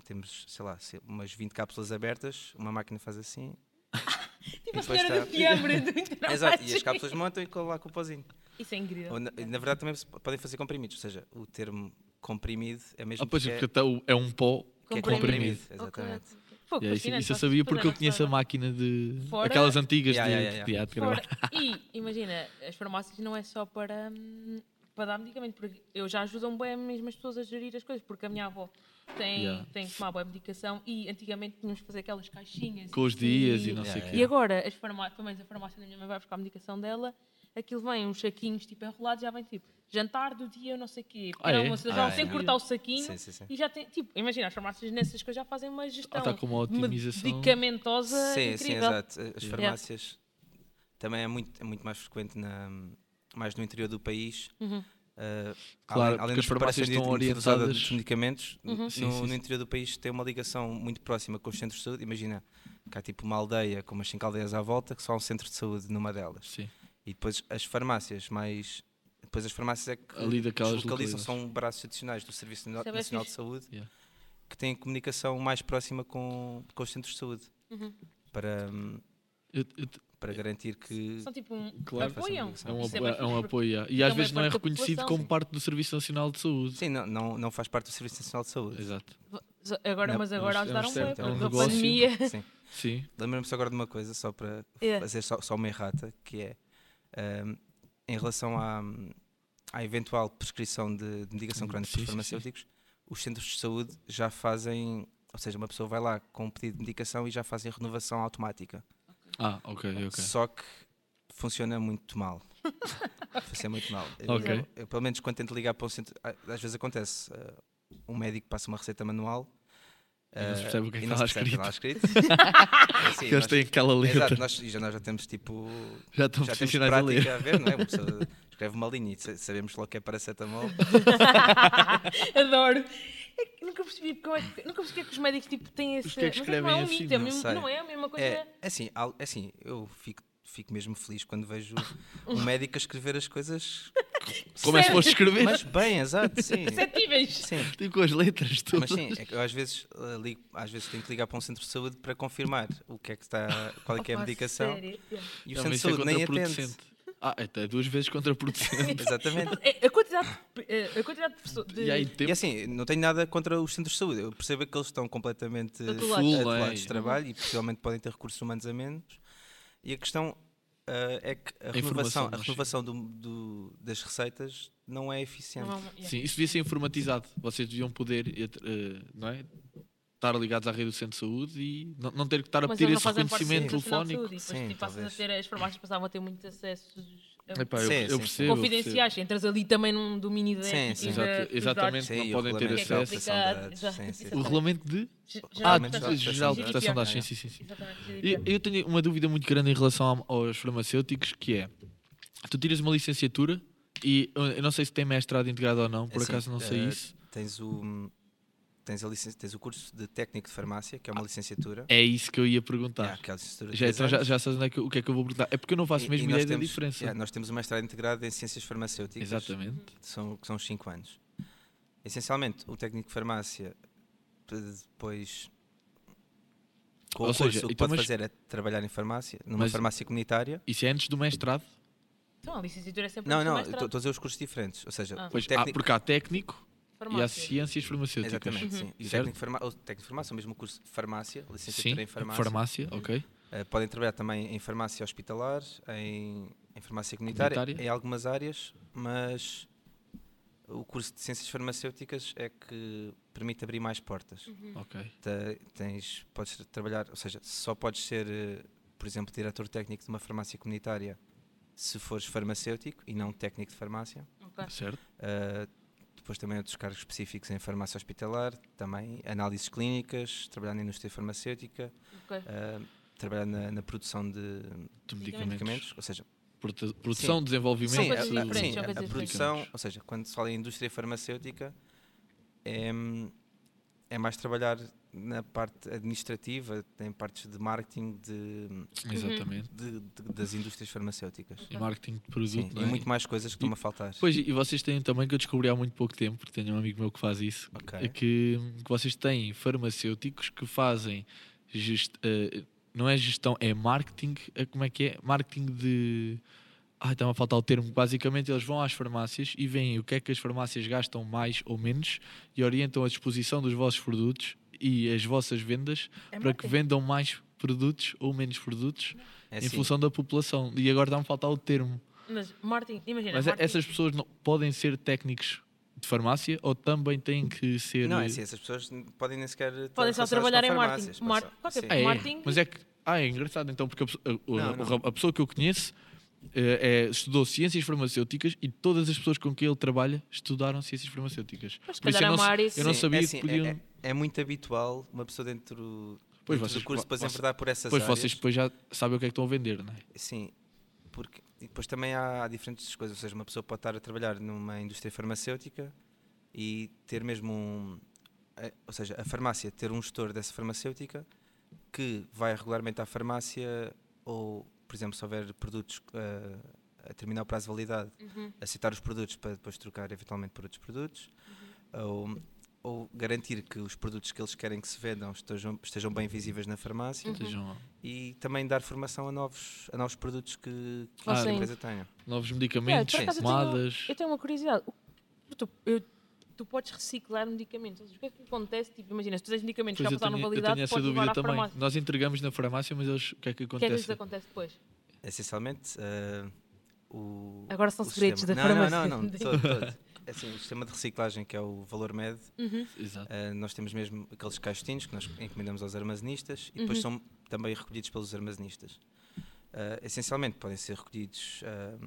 [SPEAKER 4] temos, sei lá, se- umas 20 cápsulas abertas, uma máquina faz assim.
[SPEAKER 3] [laughs] Tipo a
[SPEAKER 4] depois
[SPEAKER 3] senhora
[SPEAKER 4] está-
[SPEAKER 3] do
[SPEAKER 4] [laughs]
[SPEAKER 3] fiambre do Intermarché.
[SPEAKER 4] Exato, e as cápsulas montam e colam lá com o pozinho.
[SPEAKER 3] Isso é
[SPEAKER 4] Ou
[SPEAKER 3] incrível.
[SPEAKER 4] na, na verdade também se p- podem fazer comprimidos, ou seja, o termo comprimido é mesmo
[SPEAKER 1] Ah, pois,
[SPEAKER 4] que
[SPEAKER 1] porque
[SPEAKER 4] é,
[SPEAKER 1] tá o- é um pó
[SPEAKER 4] que é
[SPEAKER 3] Comprimido.
[SPEAKER 4] comprimido.
[SPEAKER 1] comprimido.
[SPEAKER 4] Exatamente.
[SPEAKER 3] Pô,
[SPEAKER 1] Yeah, isso,
[SPEAKER 3] fascinante,
[SPEAKER 1] isso eu
[SPEAKER 3] vocês
[SPEAKER 1] sabia
[SPEAKER 3] toda
[SPEAKER 1] porque eu
[SPEAKER 3] nossa
[SPEAKER 1] conheço a
[SPEAKER 3] hora.
[SPEAKER 1] máquina de.
[SPEAKER 3] Fora-
[SPEAKER 1] Aquelas antigas
[SPEAKER 4] Yeah,
[SPEAKER 1] de,
[SPEAKER 4] yeah, yeah,
[SPEAKER 1] de- de gravar.
[SPEAKER 3] Fora- E imagina, as farmácias não é só para, hum, para dar medicamento, porque eu já ajudam bem mesmo as pessoas a gerir as coisas, porque a minha avó tem,
[SPEAKER 1] Yeah.
[SPEAKER 3] tem que tomar boa medicação e antigamente tínhamos que fazer aquelas caixinhas.
[SPEAKER 1] Com os dias e não sei o
[SPEAKER 4] Yeah,
[SPEAKER 1] quê.
[SPEAKER 3] E agora, as farmá- pelo menos a farmácia da minha mãe vai buscar a medicação dela, aquilo vem uns saquinhos tipo enrolados, já vem tipo jantar do dia, não sei o quê.
[SPEAKER 1] Ah, é?
[SPEAKER 3] pequeno almoço, eles já
[SPEAKER 4] Ah,
[SPEAKER 3] sem
[SPEAKER 4] é.
[SPEAKER 3] cortar o saquinho
[SPEAKER 4] Sim, sim, sim.
[SPEAKER 3] e já tem, tipo, imagina, as farmácias nessas coisas já fazem uma gestão
[SPEAKER 1] tá com uma otimização.
[SPEAKER 3] medicamentosa
[SPEAKER 4] Sim, sim,
[SPEAKER 3] incrível.
[SPEAKER 4] exato. As farmácias também é muito, é muito mais frequente na, mais no interior do país. Ah,
[SPEAKER 1] Claro, porque
[SPEAKER 4] das
[SPEAKER 1] as farmácias
[SPEAKER 4] preparações
[SPEAKER 1] estão
[SPEAKER 4] de- de usada
[SPEAKER 1] orientadas-
[SPEAKER 4] dos medicamentos, no,
[SPEAKER 1] Sim, sim,
[SPEAKER 4] no
[SPEAKER 1] sim.
[SPEAKER 4] interior do país tem uma ligação muito próxima com os centros de saúde. Imagina que há tipo uma aldeia com umas 5 aldeias à volta, que só há um centro de saúde numa delas.
[SPEAKER 1] Sim.
[SPEAKER 4] E depois as farmácias mais. Depois as farmácias é que
[SPEAKER 1] Ali daquelas
[SPEAKER 4] deslocalizam,
[SPEAKER 1] localidades.
[SPEAKER 4] são braços adicionais do Serviço
[SPEAKER 3] é bem
[SPEAKER 4] Nacional de
[SPEAKER 3] fixe.
[SPEAKER 4] Saúde
[SPEAKER 1] Yeah.
[SPEAKER 4] que têm comunicação mais próxima com, com os centros de saúde
[SPEAKER 3] Uhum.
[SPEAKER 4] para, hum,
[SPEAKER 1] Eu- eu-
[SPEAKER 4] para garantir que.
[SPEAKER 3] São tipo um.
[SPEAKER 1] Claro.
[SPEAKER 3] apoiam.
[SPEAKER 1] é um,
[SPEAKER 3] Isso
[SPEAKER 1] apo- é
[SPEAKER 3] bem
[SPEAKER 1] um
[SPEAKER 3] fixe, porque-
[SPEAKER 1] apoio. yeah. E
[SPEAKER 3] é
[SPEAKER 1] às
[SPEAKER 3] uma
[SPEAKER 1] vezes não é
[SPEAKER 3] parte da
[SPEAKER 1] reconhecido
[SPEAKER 3] população,
[SPEAKER 1] como
[SPEAKER 3] sim.
[SPEAKER 1] parte do Serviço Nacional de Saúde.
[SPEAKER 4] Sim, não, não, não faz parte do Serviço Nacional de Saúde.
[SPEAKER 1] Exato.
[SPEAKER 3] Agora,
[SPEAKER 4] Não,
[SPEAKER 3] mas agora
[SPEAKER 1] é um
[SPEAKER 3] ajudaram
[SPEAKER 1] certo,
[SPEAKER 3] bem,
[SPEAKER 1] é um
[SPEAKER 3] porque a
[SPEAKER 1] negócio.
[SPEAKER 3] pandemia.
[SPEAKER 1] [laughs]
[SPEAKER 4] Sim.
[SPEAKER 1] Sim.
[SPEAKER 4] Lembro-me só agora de uma coisa, só para
[SPEAKER 3] É.
[SPEAKER 4] [laughs] fazer só, só uma errata, que é hum, em relação à, à eventual prescrição de, de medicação
[SPEAKER 1] Hum,
[SPEAKER 4] crónica
[SPEAKER 1] sim, sim,
[SPEAKER 4] por
[SPEAKER 1] sim.
[SPEAKER 4] farmacêuticos, os centros de saúde já fazem, ou seja, uma pessoa vai lá com um pedido de medicação e já fazem renovação automática.
[SPEAKER 1] Ah, ok, ok.
[SPEAKER 4] Só que funciona
[SPEAKER 1] [laughs]
[SPEAKER 4] muito mal. funciona muito mal. Eu-
[SPEAKER 1] Ok.
[SPEAKER 4] Eu, eu, pelo menos quando tento ligar para um centro, a- às vezes acontece, eh, um médico passa uma receita manual
[SPEAKER 1] E não se
[SPEAKER 4] eh,
[SPEAKER 1] percebe o que é
[SPEAKER 4] e
[SPEAKER 1] que
[SPEAKER 4] não
[SPEAKER 1] está
[SPEAKER 4] se
[SPEAKER 1] lá
[SPEAKER 4] percebe o que
[SPEAKER 1] [laughs]
[SPEAKER 4] está lá escrito. Assim,
[SPEAKER 1] Eles
[SPEAKER 4] nós-
[SPEAKER 1] têm aquela letra.
[SPEAKER 4] Exato, nós e já, nós já temos tipo.
[SPEAKER 1] Já estão
[SPEAKER 4] já temos
[SPEAKER 1] profissionais a ler.
[SPEAKER 4] prática a ver, não é? Uma
[SPEAKER 1] [laughs]
[SPEAKER 4] pessoa escreve uma linha e sa- sabemos logo que é paracetamol.
[SPEAKER 3] Adoro. É que nunca percebi como é que, nunca percebi que os médicos tipo, têm esse.
[SPEAKER 1] que é que
[SPEAKER 3] mas não é
[SPEAKER 1] escrevem
[SPEAKER 3] um
[SPEAKER 1] assim?
[SPEAKER 3] mito, é
[SPEAKER 1] Não
[SPEAKER 3] mesmo-
[SPEAKER 4] sei.
[SPEAKER 3] não é a mesma coisa.
[SPEAKER 4] É, é assim, al- é assim, eu fico, fico mesmo feliz
[SPEAKER 3] [laughs]
[SPEAKER 4] quando vejo um médico a escrever
[SPEAKER 1] [laughs]
[SPEAKER 4] as coisas.
[SPEAKER 1] Como é que foste escrever?
[SPEAKER 4] Mas bem, exato, sim.
[SPEAKER 3] é Perceptíveis.
[SPEAKER 1] [laughs]
[SPEAKER 4] Sim.
[SPEAKER 1] Tipo com as letras todas.
[SPEAKER 4] Mas sim, é que eu às vezes, eh, ligo, às vezes tenho que ligar para um centro de saúde para confirmar o que é que está, qual é que é a
[SPEAKER 3] Opa,
[SPEAKER 4] medicação.
[SPEAKER 3] sério.
[SPEAKER 4] E
[SPEAKER 1] Não,
[SPEAKER 4] o centro
[SPEAKER 1] mas
[SPEAKER 4] de
[SPEAKER 1] isso é
[SPEAKER 4] saúde nem
[SPEAKER 3] [laughs]
[SPEAKER 4] atende.
[SPEAKER 1] contraproducente. Ah, até duas vezes contraproducente.
[SPEAKER 4] Exatamente.
[SPEAKER 3] É, A quantidade, de- é, a quantidade de pessoas. de-
[SPEAKER 1] e aí,
[SPEAKER 4] E
[SPEAKER 1] tempo.
[SPEAKER 4] assim, não tenho nada contra os centros de saúde. Eu percebo que eles estão completamente
[SPEAKER 3] Atolados.
[SPEAKER 4] atolados
[SPEAKER 1] Full, é.
[SPEAKER 4] de trabalho e possivelmente podem ter recursos humanos a menos. E a questão ah, é que a
[SPEAKER 1] informação
[SPEAKER 4] renovação, a
[SPEAKER 1] não
[SPEAKER 4] renovação do- do- das receitas não é eficiente.
[SPEAKER 3] Não, yeah.
[SPEAKER 1] Sim, isso devia ser informatizado. Vocês deviam poder eh, eh, não é? estar ligados à rede do Centro de Saúde e não, não ter que estar a
[SPEAKER 3] Mas
[SPEAKER 1] pedir
[SPEAKER 3] eles não
[SPEAKER 1] esse
[SPEAKER 3] fazem parte do
[SPEAKER 1] reconhecimento
[SPEAKER 3] Serviço Nacional de
[SPEAKER 1] telefónico.
[SPEAKER 3] Saúde, e depois,
[SPEAKER 4] Sim,
[SPEAKER 3] tipo, passas a
[SPEAKER 4] talvez.
[SPEAKER 3] ter, as farmácias passavam a ter muito acesso eh,
[SPEAKER 1] Epá, eu,
[SPEAKER 4] Sim,
[SPEAKER 1] eu
[SPEAKER 4] sim, sim.
[SPEAKER 1] percebo. eu percebo.
[SPEAKER 3] confidenciais. Entras ali também num domínio da.
[SPEAKER 4] Sim, sim.
[SPEAKER 3] e da-
[SPEAKER 1] Exato,
[SPEAKER 3] dos
[SPEAKER 1] exatamente.
[SPEAKER 3] dados.
[SPEAKER 1] não
[SPEAKER 4] Sim, o
[SPEAKER 1] podem ter
[SPEAKER 4] regulamento da
[SPEAKER 1] acesso. Uhum.
[SPEAKER 4] proteção de
[SPEAKER 3] Aplicado,
[SPEAKER 4] dados,
[SPEAKER 3] já,
[SPEAKER 4] sim, sim.
[SPEAKER 1] O regulamento de.
[SPEAKER 3] Ge-
[SPEAKER 1] Ah,
[SPEAKER 3] Geral tá de
[SPEAKER 1] de-
[SPEAKER 4] Regulamento
[SPEAKER 3] Proteção-
[SPEAKER 4] de
[SPEAKER 1] geral de proteção
[SPEAKER 4] Proteção de
[SPEAKER 1] de dados.
[SPEAKER 4] Dados.
[SPEAKER 1] Sim, sim, sim. sim.
[SPEAKER 3] Exatamente,
[SPEAKER 1] E
[SPEAKER 3] GDPR.
[SPEAKER 1] Eu tenho uma dúvida muito grande em relação ao- aos farmacêuticos, que é, tu tiras uma licenciatura e eu eu não sei se tem mestrado integrado ou não, por
[SPEAKER 4] Assim,
[SPEAKER 1] acaso não sei
[SPEAKER 4] eh,
[SPEAKER 1] isso.
[SPEAKER 4] Tens o, tens, a licen- tens o curso de técnico de farmácia, que é uma licenciatura.
[SPEAKER 1] É isso que eu ia
[SPEAKER 4] Yeah,
[SPEAKER 1] perguntar.
[SPEAKER 4] que é a licenciatura de
[SPEAKER 1] Já,
[SPEAKER 4] três
[SPEAKER 1] então já,
[SPEAKER 4] anos.
[SPEAKER 1] já sabes onde é que eu- o que é que eu vou perguntar. É porque eu não faço mesmo
[SPEAKER 4] nós
[SPEAKER 1] ideia da
[SPEAKER 4] temos-
[SPEAKER 1] diferença.
[SPEAKER 4] yeah, nós temos o mestrado integrado em Ciências Farmacêuticas.
[SPEAKER 1] Exatamente.
[SPEAKER 4] que São, que são os 5 anos. Essencialmente, o técnico de farmácia eh, depois. Com
[SPEAKER 1] Ou
[SPEAKER 4] o curso,
[SPEAKER 1] seja,
[SPEAKER 4] o que
[SPEAKER 1] então,
[SPEAKER 4] pode
[SPEAKER 1] mas-
[SPEAKER 4] fazer é trabalhar em farmácia, numa
[SPEAKER 1] Mas-
[SPEAKER 4] farmácia comunitária.
[SPEAKER 1] Isso é antes do mestrado?
[SPEAKER 3] Então, a licenciatura é sempre
[SPEAKER 4] Não,
[SPEAKER 3] antes do
[SPEAKER 4] não,
[SPEAKER 3] mestrado.
[SPEAKER 4] estou a dizer os cursos diferentes. Ou seja,
[SPEAKER 3] Ah.
[SPEAKER 4] o
[SPEAKER 1] Pois,
[SPEAKER 4] técnico.
[SPEAKER 1] há, porque há técnico e há
[SPEAKER 3] Farmácia. Uhum.
[SPEAKER 1] ciências farmacêuticas.
[SPEAKER 4] Exatamente, sim. E o
[SPEAKER 1] Certo?
[SPEAKER 4] técnico de, farma... o técnico de farmácia, o mesmo curso de farmácia,
[SPEAKER 1] Sim,
[SPEAKER 4] licenciatura em
[SPEAKER 1] farmácia,
[SPEAKER 4] farmácia.
[SPEAKER 1] ok.
[SPEAKER 4] Eh, podem trabalhar também em farmácia hospitalar, em, em farmácia comunitária,
[SPEAKER 1] Comunitária.
[SPEAKER 4] em algumas áreas, mas o curso de Ciências Farmacêuticas é que permite abrir mais portas.
[SPEAKER 3] Uhum.
[SPEAKER 1] ok.
[SPEAKER 4] Te- tens, podes tra- trabalhar, ou seja, só podes ser, eh, por exemplo, diretor técnico de uma farmácia comunitária se fores farmacêutico e não técnico de farmácia.
[SPEAKER 3] Ok.
[SPEAKER 1] tá Certo.
[SPEAKER 4] Uh, depois também outros cargos específicos em farmácia hospitalar, também análises clínicas, trabalhar na indústria farmacêutica,
[SPEAKER 3] Ok.
[SPEAKER 4] uh, trabalhar na, na produção de
[SPEAKER 1] De
[SPEAKER 3] Medicamentos.
[SPEAKER 1] medicamentos.
[SPEAKER 4] medicamentos, ou seja,
[SPEAKER 1] Prote- Produção, desenvolvimento.
[SPEAKER 3] São
[SPEAKER 4] a,
[SPEAKER 3] coisas
[SPEAKER 1] de-
[SPEAKER 4] a-
[SPEAKER 3] diferentes,
[SPEAKER 4] sim, é,
[SPEAKER 3] são
[SPEAKER 4] a- a
[SPEAKER 3] coisas
[SPEAKER 4] produção, ou seja, quando se fala em indústria farmacêutica, é, é mais trabalhar na parte administrativa, tem partes de marketing de,
[SPEAKER 3] Uhum.
[SPEAKER 1] Exatamente.
[SPEAKER 4] de- de- das indústrias farmacêuticas.
[SPEAKER 1] E marketing de produto.
[SPEAKER 4] Sim,
[SPEAKER 1] não
[SPEAKER 4] e
[SPEAKER 1] é?
[SPEAKER 4] muito mais coisas que estão a faltar.
[SPEAKER 1] Pois, e vocês têm também, que eu descobri há muito pouco tempo, porque tenho um amigo meu que faz isso,
[SPEAKER 4] Ok.
[SPEAKER 1] é que, que vocês têm farmacêuticos que fazem, gest- eh, não é gestão, é marketing, eh, como é que é? Marketing de... Ah, estava a faltar o termo. Basicamente, eles vão às farmácias e veem o que é que as farmácias gastam mais ou menos e orientam a disposição dos vossos produtos e as vossas vendas
[SPEAKER 3] É
[SPEAKER 1] para que
[SPEAKER 3] marketing.
[SPEAKER 1] vendam mais produtos ou menos produtos
[SPEAKER 4] É
[SPEAKER 1] em
[SPEAKER 4] assim,
[SPEAKER 1] função da população. E agora está-me a faltar o termo.
[SPEAKER 3] Mas, Martin, imagina.
[SPEAKER 1] Mas é,
[SPEAKER 3] Martin,
[SPEAKER 1] essas pessoas não, podem ser técnicos de farmácia ou também têm que ser.
[SPEAKER 4] Não, é assim, essas pessoas n- podem nem sequer ter
[SPEAKER 3] Podem só
[SPEAKER 4] relações
[SPEAKER 3] trabalhar
[SPEAKER 4] com
[SPEAKER 3] em
[SPEAKER 4] farmácias,
[SPEAKER 3] marketing. Mar-
[SPEAKER 4] mas
[SPEAKER 3] qualquer
[SPEAKER 4] só- sim.
[SPEAKER 1] Ah, é?
[SPEAKER 3] Marketing-
[SPEAKER 1] Mas é que. Ah, é engraçado então, porque a, pessoa- a- o-
[SPEAKER 4] Não, não.
[SPEAKER 1] o rap- a pessoa que eu conheço eh, é- estudou ciências farmacêuticas e todas as pessoas com quem ele trabalha estudaram ciências farmacêuticas.
[SPEAKER 3] Mas se
[SPEAKER 1] Por isso
[SPEAKER 3] calhar
[SPEAKER 1] eu
[SPEAKER 3] é
[SPEAKER 1] não,
[SPEAKER 3] uma
[SPEAKER 1] sa-
[SPEAKER 3] área-
[SPEAKER 1] Eu não
[SPEAKER 4] Sim, é
[SPEAKER 1] sabia
[SPEAKER 4] assim, é-
[SPEAKER 1] que podiam.
[SPEAKER 4] é, é muito habitual uma pessoa dentro, do-
[SPEAKER 1] Pois
[SPEAKER 4] dentro
[SPEAKER 1] vocês
[SPEAKER 4] do curso
[SPEAKER 1] po-
[SPEAKER 4] depois
[SPEAKER 1] vocês-
[SPEAKER 4] enverdar por essas
[SPEAKER 1] Pois
[SPEAKER 4] áreas.
[SPEAKER 1] vocês depois já sabem o que é que estão a vender, não é?
[SPEAKER 4] Sim, porque e depois também há, há diferentes coisas. Ou seja, uma pessoa pode estar a trabalhar numa indústria farmacêutica e ter mesmo um. eh, Ou seja, a farmácia ter um gestor dessa farmacêutica que vai regularmente à farmácia ou, por exemplo, se houver produtos eh, a terminar o prazo de validade, aceitar os produtos para depois trocar eventualmente por outros produtos ou, ou garantir que os produtos que eles querem que se vendam estejam, estejam bem visíveis na farmácia
[SPEAKER 3] Uhum. É,
[SPEAKER 1] Sejam
[SPEAKER 4] e também dar formação a novos, a novos produtos que, que
[SPEAKER 1] Ah,
[SPEAKER 4] a
[SPEAKER 1] sim.
[SPEAKER 4] empresa tenha.
[SPEAKER 1] novos
[SPEAKER 3] Yeah,
[SPEAKER 1] medicamentos,
[SPEAKER 3] por acaso eu tenho- tipo
[SPEAKER 1] tomadas.
[SPEAKER 3] Eu tenho uma curiosidade. O- Tu, eu- tu podes reciclar medicamentos. Ou seja, O que é que acontece? Tipo, imagina, se tu tens medicamentos que
[SPEAKER 1] Pois
[SPEAKER 3] já
[SPEAKER 1] eu
[SPEAKER 3] passaram
[SPEAKER 1] tenho, eu
[SPEAKER 3] validade,
[SPEAKER 1] tenho essa
[SPEAKER 3] podes levar
[SPEAKER 1] dúvida
[SPEAKER 3] à
[SPEAKER 1] também.
[SPEAKER 3] farmácia.
[SPEAKER 1] Nós entregamos na farmácia, mas eles, o que é que
[SPEAKER 3] O que é que
[SPEAKER 1] acontece?
[SPEAKER 3] lhes acontece depois?
[SPEAKER 4] Essencialmente, eh, o.
[SPEAKER 3] Agora são
[SPEAKER 4] o
[SPEAKER 3] segredos
[SPEAKER 4] sistema-
[SPEAKER 3] da
[SPEAKER 4] não,
[SPEAKER 3] farmácia.
[SPEAKER 4] Não, não, não, todo, todo. Assim, o sistema de reciclagem que é o Valor Med,
[SPEAKER 3] Uhum,
[SPEAKER 1] Exato.
[SPEAKER 4] eh, nós temos mesmo aqueles caixotinhos que nós encomendamos aos armazenistas e depois são também recolhidos pelos armazenistas. Eh, essencialmente, podem ser recolhidos eh,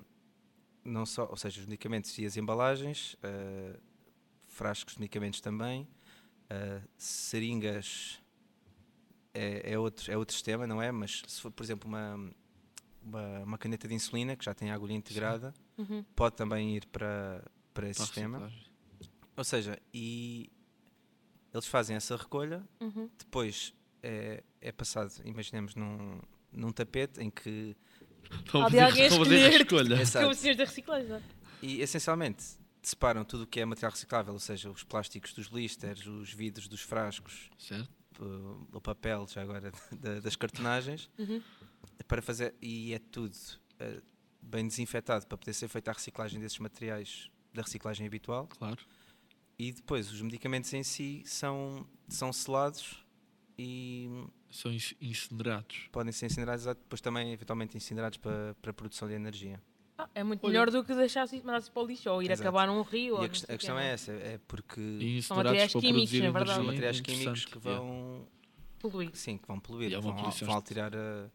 [SPEAKER 4] não só, ou seja, os medicamentos e as embalagens, eh, frascos de medicamentos também, eh, seringas é, é outro, é outro sistema, não é? Mas se for, por exemplo, uma, uma, uma caneta de insulina que já tem a agulha integrada,
[SPEAKER 3] uhum,
[SPEAKER 4] pode também ir para, para esse
[SPEAKER 1] Para
[SPEAKER 4] sistema.
[SPEAKER 1] reciclar.
[SPEAKER 4] Ou seja, e eles fazem essa recolha,
[SPEAKER 3] uhum.
[SPEAKER 4] depois é, é passado, imaginemos, num, num tapete em que.
[SPEAKER 1] Estão a
[SPEAKER 3] Há de
[SPEAKER 1] fazer-
[SPEAKER 3] alguém
[SPEAKER 1] estão a fazer
[SPEAKER 3] escolher.
[SPEAKER 1] escolha.
[SPEAKER 3] Porque eu preciso da reciclagem. não é?
[SPEAKER 4] E essencialmente separam tudo o que é material reciclável, ou seja, os plásticos dos blisters, os vidros dos frascos,
[SPEAKER 1] Certo?
[SPEAKER 4] p- o papel já agora [laughs] da- das cartonagens, para fazer. E é tudo eh, bem desinfetado para poder ser feita a reciclagem desses materiais da reciclagem habitual.
[SPEAKER 1] Claro.
[SPEAKER 4] E depois os medicamentos em si são, são selados e hum,
[SPEAKER 1] São inc- incinerados.
[SPEAKER 4] podem ser incinerados, exato, depois também eventualmente incinerados para, para a produção de energia.
[SPEAKER 3] Ah, é muito melhor do que deixar mandasse para o lixo ou ir
[SPEAKER 4] Exato.
[SPEAKER 3] acabar num rio. ou
[SPEAKER 4] E a,
[SPEAKER 3] não
[SPEAKER 4] quest-
[SPEAKER 3] sei
[SPEAKER 4] a
[SPEAKER 3] o quê,
[SPEAKER 4] questão
[SPEAKER 3] não
[SPEAKER 4] é essa, é porque
[SPEAKER 1] E
[SPEAKER 3] São
[SPEAKER 1] incinerados
[SPEAKER 3] materiais
[SPEAKER 1] para
[SPEAKER 3] químicos,
[SPEAKER 1] produzir
[SPEAKER 3] na verdade.
[SPEAKER 1] energia.
[SPEAKER 4] são materiais químicos
[SPEAKER 1] interessante,
[SPEAKER 4] que
[SPEAKER 1] yeah.
[SPEAKER 4] vão,
[SPEAKER 3] Poluir.
[SPEAKER 4] sim, que vão poluir,
[SPEAKER 1] E há
[SPEAKER 4] que
[SPEAKER 1] uma
[SPEAKER 4] vão,
[SPEAKER 1] poluição
[SPEAKER 4] vão alterar a,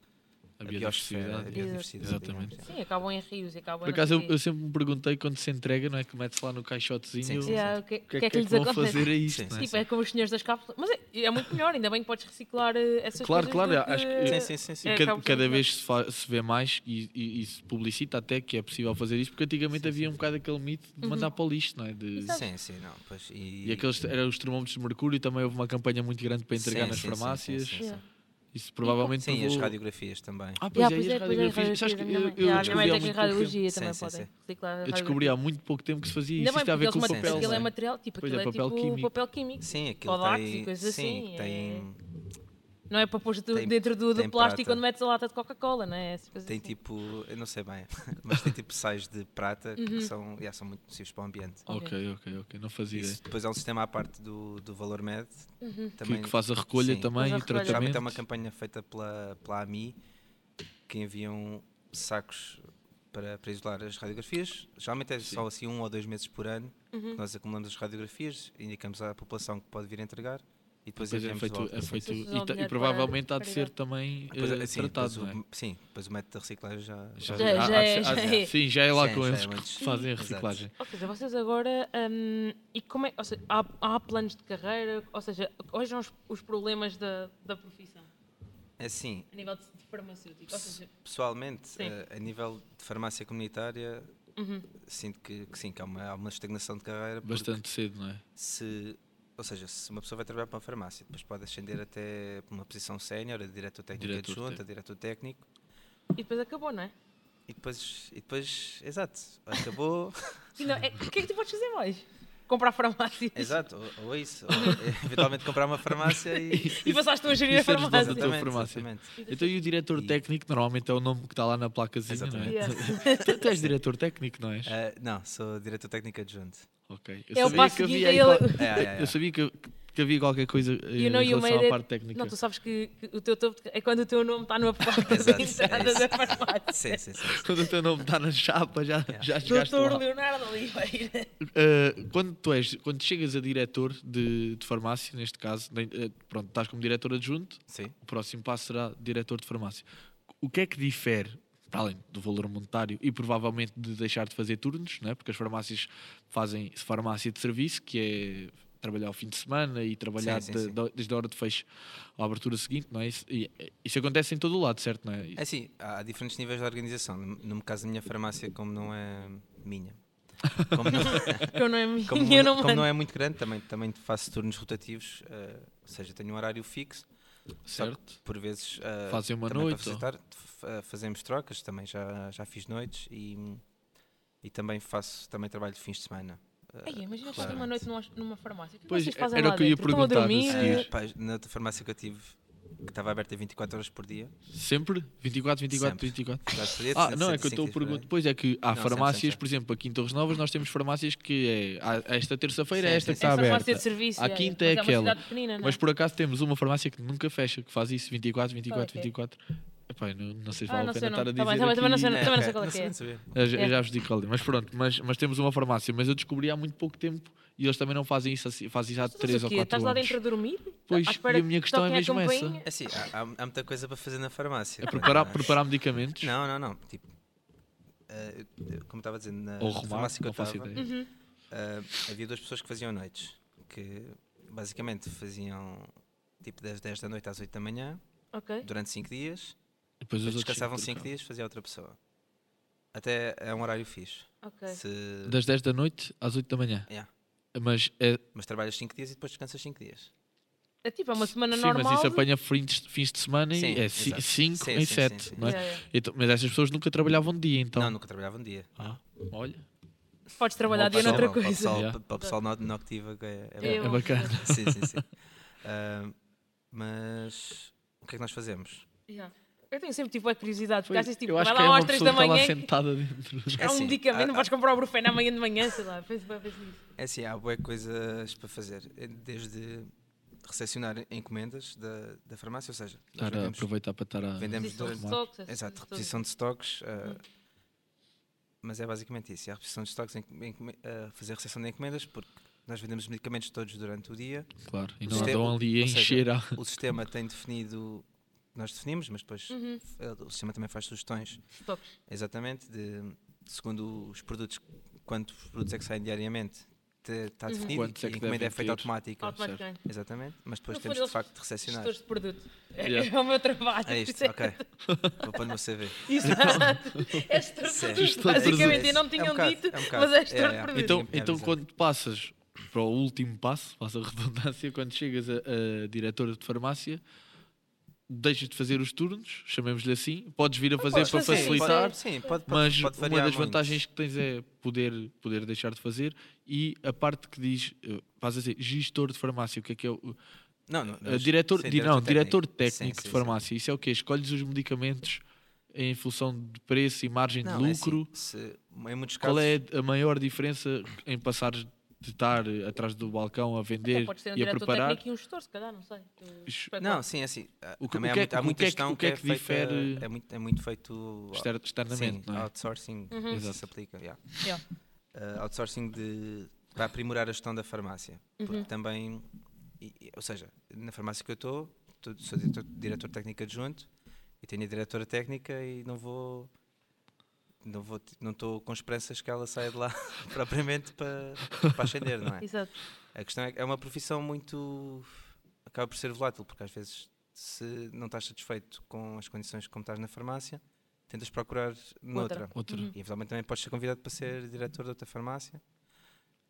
[SPEAKER 1] A
[SPEAKER 4] a biosfera, a
[SPEAKER 1] biodiversidade.
[SPEAKER 4] biodiversidade.
[SPEAKER 1] Exatamente.
[SPEAKER 4] digamos,
[SPEAKER 3] Sim, acabam em rios e acabam
[SPEAKER 1] Por acaso, eu, eu sempre me perguntei quando se entrega, não é? Que metes lá no caixotezinho.
[SPEAKER 4] Sim, sim,
[SPEAKER 3] Yeah,
[SPEAKER 1] O
[SPEAKER 3] o que,
[SPEAKER 1] que
[SPEAKER 3] o que é que, lhes
[SPEAKER 1] vão
[SPEAKER 3] acontece?
[SPEAKER 1] fazer a isto?
[SPEAKER 4] Sim,
[SPEAKER 1] não é?
[SPEAKER 3] Tipo, é como os senhores das cápsulas. Mas é, é muito melhor, ainda bem que podes reciclar eh, essas
[SPEAKER 1] Claro,
[SPEAKER 3] coisas.
[SPEAKER 1] claro,
[SPEAKER 3] do
[SPEAKER 1] acho que-
[SPEAKER 4] Sim, sim, sim, sim.
[SPEAKER 3] É,
[SPEAKER 1] Cada- cada
[SPEAKER 3] acaba por ser melhor.
[SPEAKER 1] vez se, fa- se vê mais e, e- e se publicita até que é possível fazer isto, porque antigamente havia um bocado aquele mito de
[SPEAKER 3] Uhum.
[SPEAKER 1] mandar para o lixo, não é? De-
[SPEAKER 3] Exato.
[SPEAKER 4] Sim, sim, não. Pois, e,
[SPEAKER 1] e aqueles eram os termómetros de mercúrio, também houve uma campanha muito grande para entregar
[SPEAKER 4] Sim,
[SPEAKER 1] nas
[SPEAKER 4] sim, sim, sim,
[SPEAKER 1] farmácias.
[SPEAKER 4] sim,
[SPEAKER 3] Yeah.
[SPEAKER 1] Isso provavelmente
[SPEAKER 4] Sim, e as
[SPEAKER 1] provou-
[SPEAKER 4] radiografias também.
[SPEAKER 1] Ah,
[SPEAKER 3] Yeah,
[SPEAKER 1] pois é, e as
[SPEAKER 3] pois é, pois é,
[SPEAKER 1] radiografias. Sabes que eu-
[SPEAKER 3] radiografias,
[SPEAKER 1] eu
[SPEAKER 3] a minha mãe
[SPEAKER 1] descobri há
[SPEAKER 3] tem
[SPEAKER 1] muito pouco tempo-
[SPEAKER 3] radiologia
[SPEAKER 4] tempo.
[SPEAKER 3] também
[SPEAKER 4] Sim, sim,
[SPEAKER 3] podem
[SPEAKER 4] sim.
[SPEAKER 3] reciclar.
[SPEAKER 1] eu descobri há muito pouco tempo que se fazia
[SPEAKER 3] Ainda
[SPEAKER 1] isso.
[SPEAKER 3] bem,
[SPEAKER 1] Isto tem a
[SPEAKER 3] porque
[SPEAKER 1] ver com
[SPEAKER 3] eles
[SPEAKER 1] o
[SPEAKER 3] mate-
[SPEAKER 1] papel.
[SPEAKER 3] aquilo é
[SPEAKER 1] não é?
[SPEAKER 3] material, tipo,
[SPEAKER 1] Pois
[SPEAKER 3] aquilo
[SPEAKER 1] é,
[SPEAKER 3] é,
[SPEAKER 1] papel
[SPEAKER 3] tipo
[SPEAKER 1] químico.
[SPEAKER 3] papel químico.
[SPEAKER 4] Sim, aquilo
[SPEAKER 3] Kodaks e
[SPEAKER 4] tem.
[SPEAKER 3] coisas
[SPEAKER 4] sim,
[SPEAKER 3] assim, é-
[SPEAKER 4] tem,
[SPEAKER 3] Não é para pôr
[SPEAKER 4] Tem-
[SPEAKER 3] dentro do, do
[SPEAKER 4] tem
[SPEAKER 3] plástico
[SPEAKER 4] prata.
[SPEAKER 3] quando metes a lata de Coca-Cola, não é? Essas coisas
[SPEAKER 4] tem
[SPEAKER 3] assim.
[SPEAKER 4] tipo, eu não sei bem, [laughs] mas tem tipo sais de prata
[SPEAKER 3] Uhum.
[SPEAKER 4] que são, yeah, são muito nocivos para o ambiente.
[SPEAKER 1] Ok, ok, ok. Não fazia ideia.
[SPEAKER 4] Isso depois há um sistema à parte do, do Valor Med
[SPEAKER 1] é. Que, é que faz a recolha
[SPEAKER 4] sim.
[SPEAKER 1] também
[SPEAKER 3] Faz a
[SPEAKER 1] e
[SPEAKER 3] recolha.
[SPEAKER 1] tratamento.
[SPEAKER 4] Geralmente é uma campanha feita pela, pela AMI que enviam sacos para, para isolar as radiografias. Geralmente é só assim um ou dois meses por ano que nós acumulamos as radiografias, indicamos à população que pode vir a entregar e depois
[SPEAKER 1] Depois é
[SPEAKER 4] enviamos de
[SPEAKER 1] feito,
[SPEAKER 4] volta.
[SPEAKER 1] é feito
[SPEAKER 3] Sim, sim.
[SPEAKER 1] e, ta- e
[SPEAKER 3] Para-
[SPEAKER 1] provavelmente há de
[SPEAKER 3] para
[SPEAKER 1] ser
[SPEAKER 3] idade.
[SPEAKER 1] também
[SPEAKER 4] Depois,
[SPEAKER 1] eh,
[SPEAKER 4] assim, depois
[SPEAKER 1] tratado,
[SPEAKER 4] o,
[SPEAKER 1] não é?
[SPEAKER 4] Sim, depois o método de reciclagem já,
[SPEAKER 1] Já-
[SPEAKER 3] Já-
[SPEAKER 1] há-
[SPEAKER 3] já
[SPEAKER 1] há-
[SPEAKER 3] é-
[SPEAKER 1] há-
[SPEAKER 3] já é.
[SPEAKER 1] Sim, já é lá
[SPEAKER 4] Sim,
[SPEAKER 1] com
[SPEAKER 4] já é
[SPEAKER 1] eles
[SPEAKER 4] antes.
[SPEAKER 1] que fazem a
[SPEAKER 4] Exato.
[SPEAKER 1] reciclagem.
[SPEAKER 3] Ou seja, vocês agora. hum, e como é, ou seja, há, há planos de carreira? Ou seja, quais são os, os problemas da, da profissão
[SPEAKER 4] é assim.
[SPEAKER 3] a nível de, de farmacêutico? Ou seja,
[SPEAKER 4] Pessoalmente,
[SPEAKER 3] Sim. Uhum.
[SPEAKER 4] eh, a, nível de farmácia comunitária, sinto que, que sim, que há uma, há uma estagnação de carreira. porque
[SPEAKER 1] Bastante cedo, não é?
[SPEAKER 4] se, ou seja, se uma pessoa vai trabalhar para uma farmácia, depois pode ascender até uma posição sénior, a diretor técnico
[SPEAKER 1] Diretor
[SPEAKER 4] adjunto,
[SPEAKER 1] técnico.
[SPEAKER 4] a diretor técnico,
[SPEAKER 3] e depois acabou, não é?
[SPEAKER 4] e depois, e depois exato,
[SPEAKER 3] [laughs]
[SPEAKER 4] acabou,
[SPEAKER 3] E não, é- O que é que tu podes fazer mais? Comprar farmácias.
[SPEAKER 4] exato, ou, ou isso, ou eventualmente comprar uma
[SPEAKER 1] [laughs]
[SPEAKER 4] farmácia e...
[SPEAKER 3] E passaste a gerir a
[SPEAKER 1] Isso é ajudar
[SPEAKER 3] farmácia.
[SPEAKER 1] da tua farmácia.
[SPEAKER 4] exatamente.
[SPEAKER 1] Então, e o diretor
[SPEAKER 4] E-
[SPEAKER 1] técnico, normalmente é o nome que está lá na placazinha, não é?
[SPEAKER 3] Yeah.
[SPEAKER 1] tu, tu és diretor técnico, não és?
[SPEAKER 4] Ah, não, sou diretor técnico adjunto.
[SPEAKER 1] Ok.
[SPEAKER 3] É o passo seguinte.
[SPEAKER 1] aí
[SPEAKER 3] ele-
[SPEAKER 1] qual-
[SPEAKER 4] É, é, é.
[SPEAKER 1] Eu sabia que, que havia qualquer coisa eh,
[SPEAKER 3] You
[SPEAKER 1] em
[SPEAKER 3] know you
[SPEAKER 1] relação
[SPEAKER 3] made
[SPEAKER 1] à
[SPEAKER 3] it.
[SPEAKER 1] parte técnica.
[SPEAKER 3] é- Não, tu sabes que, que o teu topo é quando o teu nome está numa placa
[SPEAKER 4] Exato,
[SPEAKER 3] de
[SPEAKER 4] é
[SPEAKER 3] entrada
[SPEAKER 4] isso.
[SPEAKER 3] da farmácia.
[SPEAKER 4] Sim, sim, sim.
[SPEAKER 1] [laughs] Quando o teu nome está na chapa, já, já chegaste
[SPEAKER 3] Doutor
[SPEAKER 1] lá.
[SPEAKER 3] Leonardo
[SPEAKER 1] [laughs]
[SPEAKER 3] Oliveira.
[SPEAKER 1] Uh, quando tu és, quando chegas a diretor de, de farmácia, neste caso, nem- eh, pronto, estás como diretor adjunto,
[SPEAKER 4] Sim.
[SPEAKER 1] o próximo passo será diretor de farmácia. O que é que difere, para além do valor monetário e provavelmente de deixar de fazer turnos, né? porque as farmácias fazem farmácia de serviço, que é trabalhar ao fim de semana e trabalhar
[SPEAKER 4] sim,
[SPEAKER 1] da-
[SPEAKER 4] sim.
[SPEAKER 1] da- desde a hora de fecho à abertura seguinte, não é? Isso, e- isso acontece em todo o lado, certo? Não é?
[SPEAKER 4] É assim, há diferentes níveis de organização. No- No caso da minha farmácia, como não é minha, como
[SPEAKER 3] [laughs]
[SPEAKER 4] não,
[SPEAKER 3] Que eu não é minha,
[SPEAKER 4] como,
[SPEAKER 3] eu
[SPEAKER 4] não,
[SPEAKER 3] não
[SPEAKER 4] como
[SPEAKER 3] mando.
[SPEAKER 4] não é muito grande, também, também faço turnos rotativos, eh, ou seja, tenho um horário fixo, só que
[SPEAKER 1] certo?
[SPEAKER 4] por vezes eh,
[SPEAKER 1] Fazem uma
[SPEAKER 4] também para
[SPEAKER 1] noite, ou-
[SPEAKER 4] facilitar, f- eh, fazemos trocas, também já, já fiz noites e, e também faço também trabalho de fins de semana.
[SPEAKER 3] Ai, imagina passar
[SPEAKER 4] Claramente.
[SPEAKER 3] uma noite numa, numa farmácia. O que
[SPEAKER 1] Pois,
[SPEAKER 3] vocês fazem
[SPEAKER 1] era
[SPEAKER 3] lá
[SPEAKER 1] o que eu ia
[SPEAKER 3] dentro? Estão a
[SPEAKER 1] perguntar a
[SPEAKER 3] dormir?
[SPEAKER 1] seguir.
[SPEAKER 4] Eh, pá, na outra farmácia que eu tive, que estava aberta 24 horas por dia,
[SPEAKER 1] Sempre? 24, 24,
[SPEAKER 4] Sempre.
[SPEAKER 1] 24?
[SPEAKER 4] já seria
[SPEAKER 1] Ah,
[SPEAKER 4] de
[SPEAKER 1] não, é
[SPEAKER 4] 105
[SPEAKER 1] que eu estou a
[SPEAKER 4] dias por
[SPEAKER 1] perguntar.
[SPEAKER 4] ano.
[SPEAKER 1] Pois é que há
[SPEAKER 4] Não, sim, sim,
[SPEAKER 1] farmácias,
[SPEAKER 4] sim.
[SPEAKER 1] por exemplo, aqui em Torres Novas nós temos farmácias que é à- esta terça-feira é
[SPEAKER 4] Sim,
[SPEAKER 1] esta
[SPEAKER 4] sim,
[SPEAKER 1] que está
[SPEAKER 4] sim.
[SPEAKER 1] aberta.
[SPEAKER 3] Farmácia de serviço,
[SPEAKER 1] à
[SPEAKER 3] é,
[SPEAKER 1] quinta
[SPEAKER 3] mas
[SPEAKER 1] é
[SPEAKER 3] é uma
[SPEAKER 1] aquela.
[SPEAKER 3] cidade pequenina, não é?
[SPEAKER 1] Mas por acaso temos uma farmácia que nunca fecha, que faz isso 24, 24,
[SPEAKER 3] é que é?
[SPEAKER 1] 24. Epá, não, não sei se
[SPEAKER 3] Ah,
[SPEAKER 1] vale a
[SPEAKER 3] não sei
[SPEAKER 1] pena estar a
[SPEAKER 3] o nome.
[SPEAKER 1] dizer
[SPEAKER 3] Tá bem, tá bem, também não sei o
[SPEAKER 1] aqui-
[SPEAKER 3] nome. Também não sei
[SPEAKER 4] Ok,
[SPEAKER 3] qual é
[SPEAKER 4] não
[SPEAKER 3] que
[SPEAKER 4] sei,
[SPEAKER 3] é.
[SPEAKER 4] não sabia.
[SPEAKER 1] eu já, eu
[SPEAKER 3] É.
[SPEAKER 1] já vos digo qual é. Mas pronto, mas, mas temos uma farmácia. Mas eu descobri há muito pouco tempo e eles também não fazem isso assim, fazem isso há
[SPEAKER 3] Tu Estás
[SPEAKER 1] 3
[SPEAKER 3] o
[SPEAKER 1] ou
[SPEAKER 3] quê?
[SPEAKER 1] 4 anos.
[SPEAKER 3] Estás lá dentro a dormir?
[SPEAKER 1] Pois,
[SPEAKER 3] À espera
[SPEAKER 1] e a minha
[SPEAKER 3] que
[SPEAKER 1] questão é
[SPEAKER 3] toquem a
[SPEAKER 1] mesmo essa.
[SPEAKER 3] campainha?
[SPEAKER 4] É Assim, há, há, há muita coisa para fazer na farmácia.
[SPEAKER 1] É Preparar, preparar medicamentos?
[SPEAKER 4] Não, não, não. Tipo, eh, eu- eu- como estava a dizer, na,
[SPEAKER 1] Ou
[SPEAKER 4] na
[SPEAKER 1] arrumar?
[SPEAKER 4] farmácia que eu
[SPEAKER 1] Não faço
[SPEAKER 4] estava,
[SPEAKER 1] ideia.
[SPEAKER 3] Uhum.
[SPEAKER 4] eh, havia duas pessoas que faziam noites. Que basicamente faziam tipo das 10 da noite às 8 da manhã,
[SPEAKER 3] Ok.
[SPEAKER 4] durante 5 dias.
[SPEAKER 1] Depois os
[SPEAKER 4] Depois
[SPEAKER 1] outros
[SPEAKER 4] descansavam
[SPEAKER 1] cinco
[SPEAKER 4] 5
[SPEAKER 1] trocavam.
[SPEAKER 4] dias, fazia outra pessoa. Até é um horário fixe.
[SPEAKER 3] Ok.
[SPEAKER 4] Se-
[SPEAKER 1] Das 10 da noite às 8 da manhã.
[SPEAKER 4] Yeah.
[SPEAKER 1] Mas é,
[SPEAKER 4] Mas trabalhas 5 dias e depois descansas 5 dias.
[SPEAKER 3] É tipo, é uma semana
[SPEAKER 1] Sim,
[SPEAKER 3] normal.
[SPEAKER 1] mas isso
[SPEAKER 3] de-
[SPEAKER 1] apanha fins de, fins de semana e
[SPEAKER 4] Sim,
[SPEAKER 1] é
[SPEAKER 4] exato.
[SPEAKER 1] 5
[SPEAKER 4] Sim,
[SPEAKER 1] em
[SPEAKER 4] sim, sim,
[SPEAKER 1] 7.
[SPEAKER 4] sim.
[SPEAKER 3] Yeah, yeah.
[SPEAKER 1] Mas essas pessoas nunca trabalhavam de dia, então.
[SPEAKER 4] Não, nunca trabalhava um dia.
[SPEAKER 1] Ah, olha,
[SPEAKER 3] Podes trabalhar dia
[SPEAKER 4] Para o
[SPEAKER 3] noutra
[SPEAKER 4] pessoal-
[SPEAKER 3] coisa.
[SPEAKER 4] Para o
[SPEAKER 1] Yeah.
[SPEAKER 4] pessoal, para o pessoal no- noctiva que é, é
[SPEAKER 3] Eu-
[SPEAKER 1] é bacana.
[SPEAKER 4] sim, sim, [laughs] sim. Ah, mas o que é que nós fazemos?
[SPEAKER 3] Yeah. Eu tenho sempre tipo a curiosidade, porque às vezes tipo,
[SPEAKER 1] Eu acho
[SPEAKER 3] vai
[SPEAKER 1] que é
[SPEAKER 3] lá
[SPEAKER 1] uma
[SPEAKER 3] às 3
[SPEAKER 1] pessoa
[SPEAKER 3] da
[SPEAKER 1] que está lá
[SPEAKER 3] manhã que
[SPEAKER 1] sentada dentro.
[SPEAKER 4] É
[SPEAKER 3] há um
[SPEAKER 4] assim,
[SPEAKER 3] medicamento,
[SPEAKER 1] "Ah,
[SPEAKER 3] não
[SPEAKER 4] há-
[SPEAKER 3] podes comprar o Brufen amanhã de manhã, sei lá. Penso bem, penso nisso.
[SPEAKER 4] É assim, há boas coisas para fazer. eh, Desde recepcionar encomendas da, da farmácia, ou seja, nós
[SPEAKER 1] Estar a
[SPEAKER 4] vendemos,
[SPEAKER 1] aproveitar para estar a.
[SPEAKER 4] vendemos
[SPEAKER 3] Reposição de
[SPEAKER 4] durante-
[SPEAKER 3] stocks, essas
[SPEAKER 4] Exato,
[SPEAKER 3] coisas
[SPEAKER 4] reposição de estoques. ah, mas é basicamente isso. É a reposição de estoques, em, em, ah, fazer a recepção de encomendas, porque nós vendemos medicamentos todos durante o
[SPEAKER 1] [laughs]
[SPEAKER 4] dia.
[SPEAKER 1] Claro, e
[SPEAKER 4] é O
[SPEAKER 1] não
[SPEAKER 4] sistema-
[SPEAKER 1] andam ali a
[SPEAKER 4] ou seja, [laughs]
[SPEAKER 1] encher a.
[SPEAKER 4] O sistema tem definido, nós definimos, mas depois
[SPEAKER 3] Hum. Uhum,
[SPEAKER 4] eh, o sistema também faz sugestões,
[SPEAKER 3] todas. Stocks.
[SPEAKER 4] exatamente, de, segundo os produtos, quantos produtos é que saem diariamente, está definido
[SPEAKER 1] Quantos é
[SPEAKER 4] e
[SPEAKER 1] que
[SPEAKER 4] a encomenda é
[SPEAKER 1] devem
[SPEAKER 4] feita
[SPEAKER 1] ter?
[SPEAKER 4] automática.
[SPEAKER 3] Automaticamente.
[SPEAKER 4] Exatamente, mas depois
[SPEAKER 3] No
[SPEAKER 4] temos
[SPEAKER 3] fundo,
[SPEAKER 4] de facto de recepcionar.
[SPEAKER 3] é? Gestores de produto. É-
[SPEAKER 1] Yeah.
[SPEAKER 3] É o meu trabalho.
[SPEAKER 4] É isto, ok.
[SPEAKER 3] [laughs]
[SPEAKER 4] Vou pôr no meu CV.
[SPEAKER 3] É gestor de
[SPEAKER 4] Sim.
[SPEAKER 1] Gestor de
[SPEAKER 3] produto. Basicamente,
[SPEAKER 4] produto.
[SPEAKER 3] eu não
[SPEAKER 4] É
[SPEAKER 3] me
[SPEAKER 4] um
[SPEAKER 3] tinham
[SPEAKER 4] bocado,
[SPEAKER 3] dito,
[SPEAKER 4] é um bocado.
[SPEAKER 3] mas é gestor
[SPEAKER 4] É, é.
[SPEAKER 3] de produto.
[SPEAKER 1] Então,
[SPEAKER 4] Sim, é
[SPEAKER 1] então
[SPEAKER 4] bizarro.
[SPEAKER 1] quando passas para o último passo, passa a [laughs] redundância, quando chegas a, a diretora de farmácia, deixas de fazer os turnos, chamemos-lhe assim, podes vir a fazer
[SPEAKER 3] podes
[SPEAKER 1] para
[SPEAKER 3] fazer,
[SPEAKER 1] facilitar,
[SPEAKER 3] pode-
[SPEAKER 4] Sim, pode, pode,
[SPEAKER 1] mas
[SPEAKER 4] pode
[SPEAKER 1] uma
[SPEAKER 4] variar
[SPEAKER 1] das
[SPEAKER 4] muito.
[SPEAKER 1] vantagens que tens é poder, poder deixar de fazer e a parte que diz, eh, faz a dizer, gestor de farmácia, o que é que é o.
[SPEAKER 4] Não, não,
[SPEAKER 1] Eh, diretor,
[SPEAKER 4] sim,
[SPEAKER 1] di- não, diretor
[SPEAKER 4] Sim,
[SPEAKER 1] técnico
[SPEAKER 4] sim,
[SPEAKER 1] de
[SPEAKER 4] sim.
[SPEAKER 1] farmácia, isso é o quê? Escolhes os medicamentos em função de preço e margem
[SPEAKER 4] Não,
[SPEAKER 1] de
[SPEAKER 4] é
[SPEAKER 1] lucro.
[SPEAKER 4] assim, se- em muitos
[SPEAKER 1] Qual
[SPEAKER 4] casos,
[SPEAKER 1] é a maior diferença em passar de estar eh, atrás do balcão a
[SPEAKER 3] Até
[SPEAKER 1] vender
[SPEAKER 3] podes ter um
[SPEAKER 1] e a
[SPEAKER 3] diretor
[SPEAKER 1] preparar?
[SPEAKER 3] técnico e um gestor, se calhar, não sei.
[SPEAKER 1] Ish.
[SPEAKER 4] Não, sim, é assim. há-
[SPEAKER 1] O que-
[SPEAKER 4] também
[SPEAKER 1] o
[SPEAKER 4] há
[SPEAKER 1] que é
[SPEAKER 4] muita-
[SPEAKER 1] que-
[SPEAKER 4] há
[SPEAKER 1] o
[SPEAKER 4] muita
[SPEAKER 1] que é que-
[SPEAKER 4] gestão
[SPEAKER 1] o que é que
[SPEAKER 4] feita-
[SPEAKER 1] difere-
[SPEAKER 4] É muito, é muito feito.
[SPEAKER 1] Exter- externamente,
[SPEAKER 4] sim, ah,
[SPEAKER 1] não é?
[SPEAKER 4] outsourcing. Isso
[SPEAKER 1] Exato.
[SPEAKER 4] se aplica, yeah.
[SPEAKER 3] Uhum. Yeah.
[SPEAKER 4] Uh, outsourcing de, para aprimorar a gestão da farmácia.
[SPEAKER 3] Uhum.
[SPEAKER 4] Porque também. e- e- ou seja, na farmácia que eu estou, sou diretor, diretor técnico adjunto e tenho a diretora técnica e não vou. Não vou, ti- não estou com esperanças que ela saia de lá [laughs] propriamente para, para ascender, não é?
[SPEAKER 3] Exato.
[SPEAKER 4] A questão é que é uma profissão muito. acaba por ser volátil, porque às vezes, se não estás satisfeito com as condições como estás na farmácia, tentas procurar noutra.
[SPEAKER 1] Outra.
[SPEAKER 3] Uhum.
[SPEAKER 1] Hum.
[SPEAKER 4] E eventualmente também podes ser convidado para ser diretor de outra farmácia.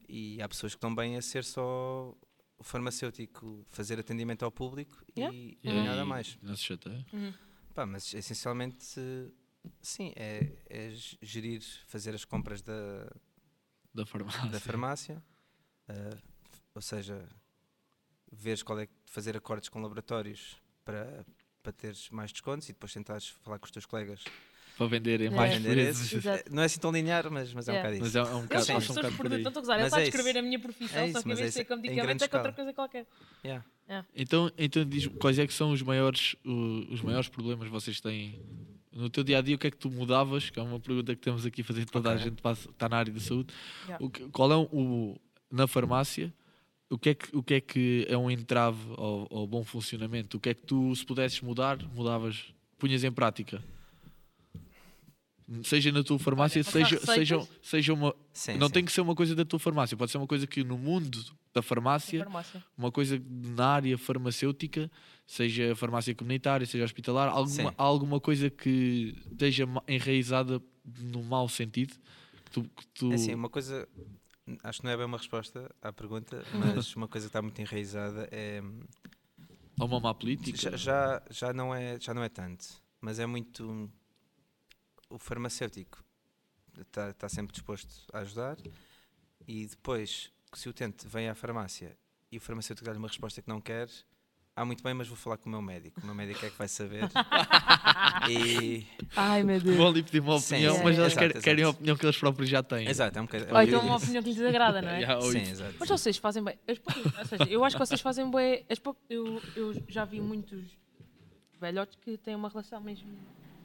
[SPEAKER 4] E há pessoas que estão bem a ser só o farmacêutico, fazer atendimento ao público
[SPEAKER 3] Yeah.
[SPEAKER 4] e,
[SPEAKER 1] E
[SPEAKER 4] e
[SPEAKER 1] aí,
[SPEAKER 4] é nada mais.
[SPEAKER 1] Não se chateia.
[SPEAKER 4] Pá, mas essencialmente, sim, é, é gerir, fazer as compras da,
[SPEAKER 1] Da farmácia.
[SPEAKER 4] da farmácia, ah, f- ou seja, veres qual é que- fazer acordos com laboratórios para, para teres mais descontos e depois tentares falar com os teus colegas
[SPEAKER 1] Para venderem
[SPEAKER 3] É.
[SPEAKER 1] mais
[SPEAKER 4] vender esses.
[SPEAKER 1] vezes.
[SPEAKER 3] Exato.
[SPEAKER 4] Não é assim tão linear, mas, mas é um
[SPEAKER 3] Yeah.
[SPEAKER 4] bocado
[SPEAKER 1] Mas
[SPEAKER 4] isso.
[SPEAKER 1] é, é um
[SPEAKER 3] Eles
[SPEAKER 1] bocado.
[SPEAKER 3] são
[SPEAKER 1] acho um
[SPEAKER 3] gestores
[SPEAKER 1] bocado
[SPEAKER 3] de
[SPEAKER 1] por aí.
[SPEAKER 3] produto, não estou a gozar. Ele
[SPEAKER 4] Mas
[SPEAKER 3] está a
[SPEAKER 4] é isso.
[SPEAKER 3] descrever a minha profissão,
[SPEAKER 4] É
[SPEAKER 3] só
[SPEAKER 4] isso,
[SPEAKER 3] que em vez
[SPEAKER 4] mas
[SPEAKER 3] de
[SPEAKER 4] é
[SPEAKER 3] ser
[SPEAKER 4] isso.
[SPEAKER 3] como
[SPEAKER 4] Em
[SPEAKER 3] medicamento,
[SPEAKER 4] grande
[SPEAKER 3] é com outra
[SPEAKER 4] escala.
[SPEAKER 3] coisa qualquer.
[SPEAKER 1] é.
[SPEAKER 4] Yeah.
[SPEAKER 1] Então, então diz quais é que são os maiores, o- os maiores problemas que vocês têm no teu dia a dia? O que é que tu mudavas? Que é uma pergunta que estamos aqui a fazer toda a
[SPEAKER 4] Ok.
[SPEAKER 1] gente que passa- está na área da saúde.
[SPEAKER 3] Yeah.
[SPEAKER 1] O que- qual é o, na farmácia? O que, é que, o que é que é um entrave ao, ao bom funcionamento? O que é que tu, se pudesses mudar, mudavas, punhas em prática? Seja na tua farmácia,
[SPEAKER 3] passar
[SPEAKER 1] seja, seja,
[SPEAKER 3] receitas?
[SPEAKER 1] seja uma.
[SPEAKER 4] Sim,
[SPEAKER 1] não
[SPEAKER 4] sim.
[SPEAKER 1] tem que ser uma coisa da tua farmácia, pode ser uma coisa que no mundo da farmácia
[SPEAKER 3] Farmácia.
[SPEAKER 1] uma coisa na área farmacêutica, seja farmácia comunitária, seja hospitalar, alguma,
[SPEAKER 4] Sim.
[SPEAKER 1] alguma coisa que esteja ma- enraizada no mau sentido. que tu- que tu-
[SPEAKER 4] É assim, uma coisa, acho que não é bem uma resposta
[SPEAKER 1] [laughs]
[SPEAKER 4] à pergunta, mas uma coisa que está muito enraizada é.
[SPEAKER 1] ou uma má
[SPEAKER 4] Já,
[SPEAKER 1] política.
[SPEAKER 4] já, já não é, já não é tanto, mas é muito. O farmacêutico está sempre disposto a ajudar e depois, se o utente vem à farmácia e o farmacêutico dá-lhe uma resposta que não quer, ah, muito bem, mas vou falar com o meu médico. O meu médico é que vai saber.
[SPEAKER 1] [laughs]
[SPEAKER 4] e,
[SPEAKER 3] Ai, meu
[SPEAKER 1] [laughs] Vão ali pedir uma
[SPEAKER 4] Sim,
[SPEAKER 1] opinião,
[SPEAKER 4] sim,
[SPEAKER 1] mas eles quer-
[SPEAKER 4] exato,
[SPEAKER 1] querem a
[SPEAKER 4] exato.
[SPEAKER 1] opinião que eles próprios já têm.
[SPEAKER 4] exato, é um bocado. é um
[SPEAKER 3] Ou
[SPEAKER 4] bocadinho
[SPEAKER 3] então uma
[SPEAKER 4] isso.
[SPEAKER 3] opinião que lhes desagrada, não é?
[SPEAKER 1] Yeah, ou
[SPEAKER 4] Sim,
[SPEAKER 1] isso.
[SPEAKER 4] exato.
[SPEAKER 3] Mas vocês fazem bem. As pou- ou seja, eu acho que vocês fazem bem. as pou- eu, eu já vi muitos velhotes que têm uma relação mesmo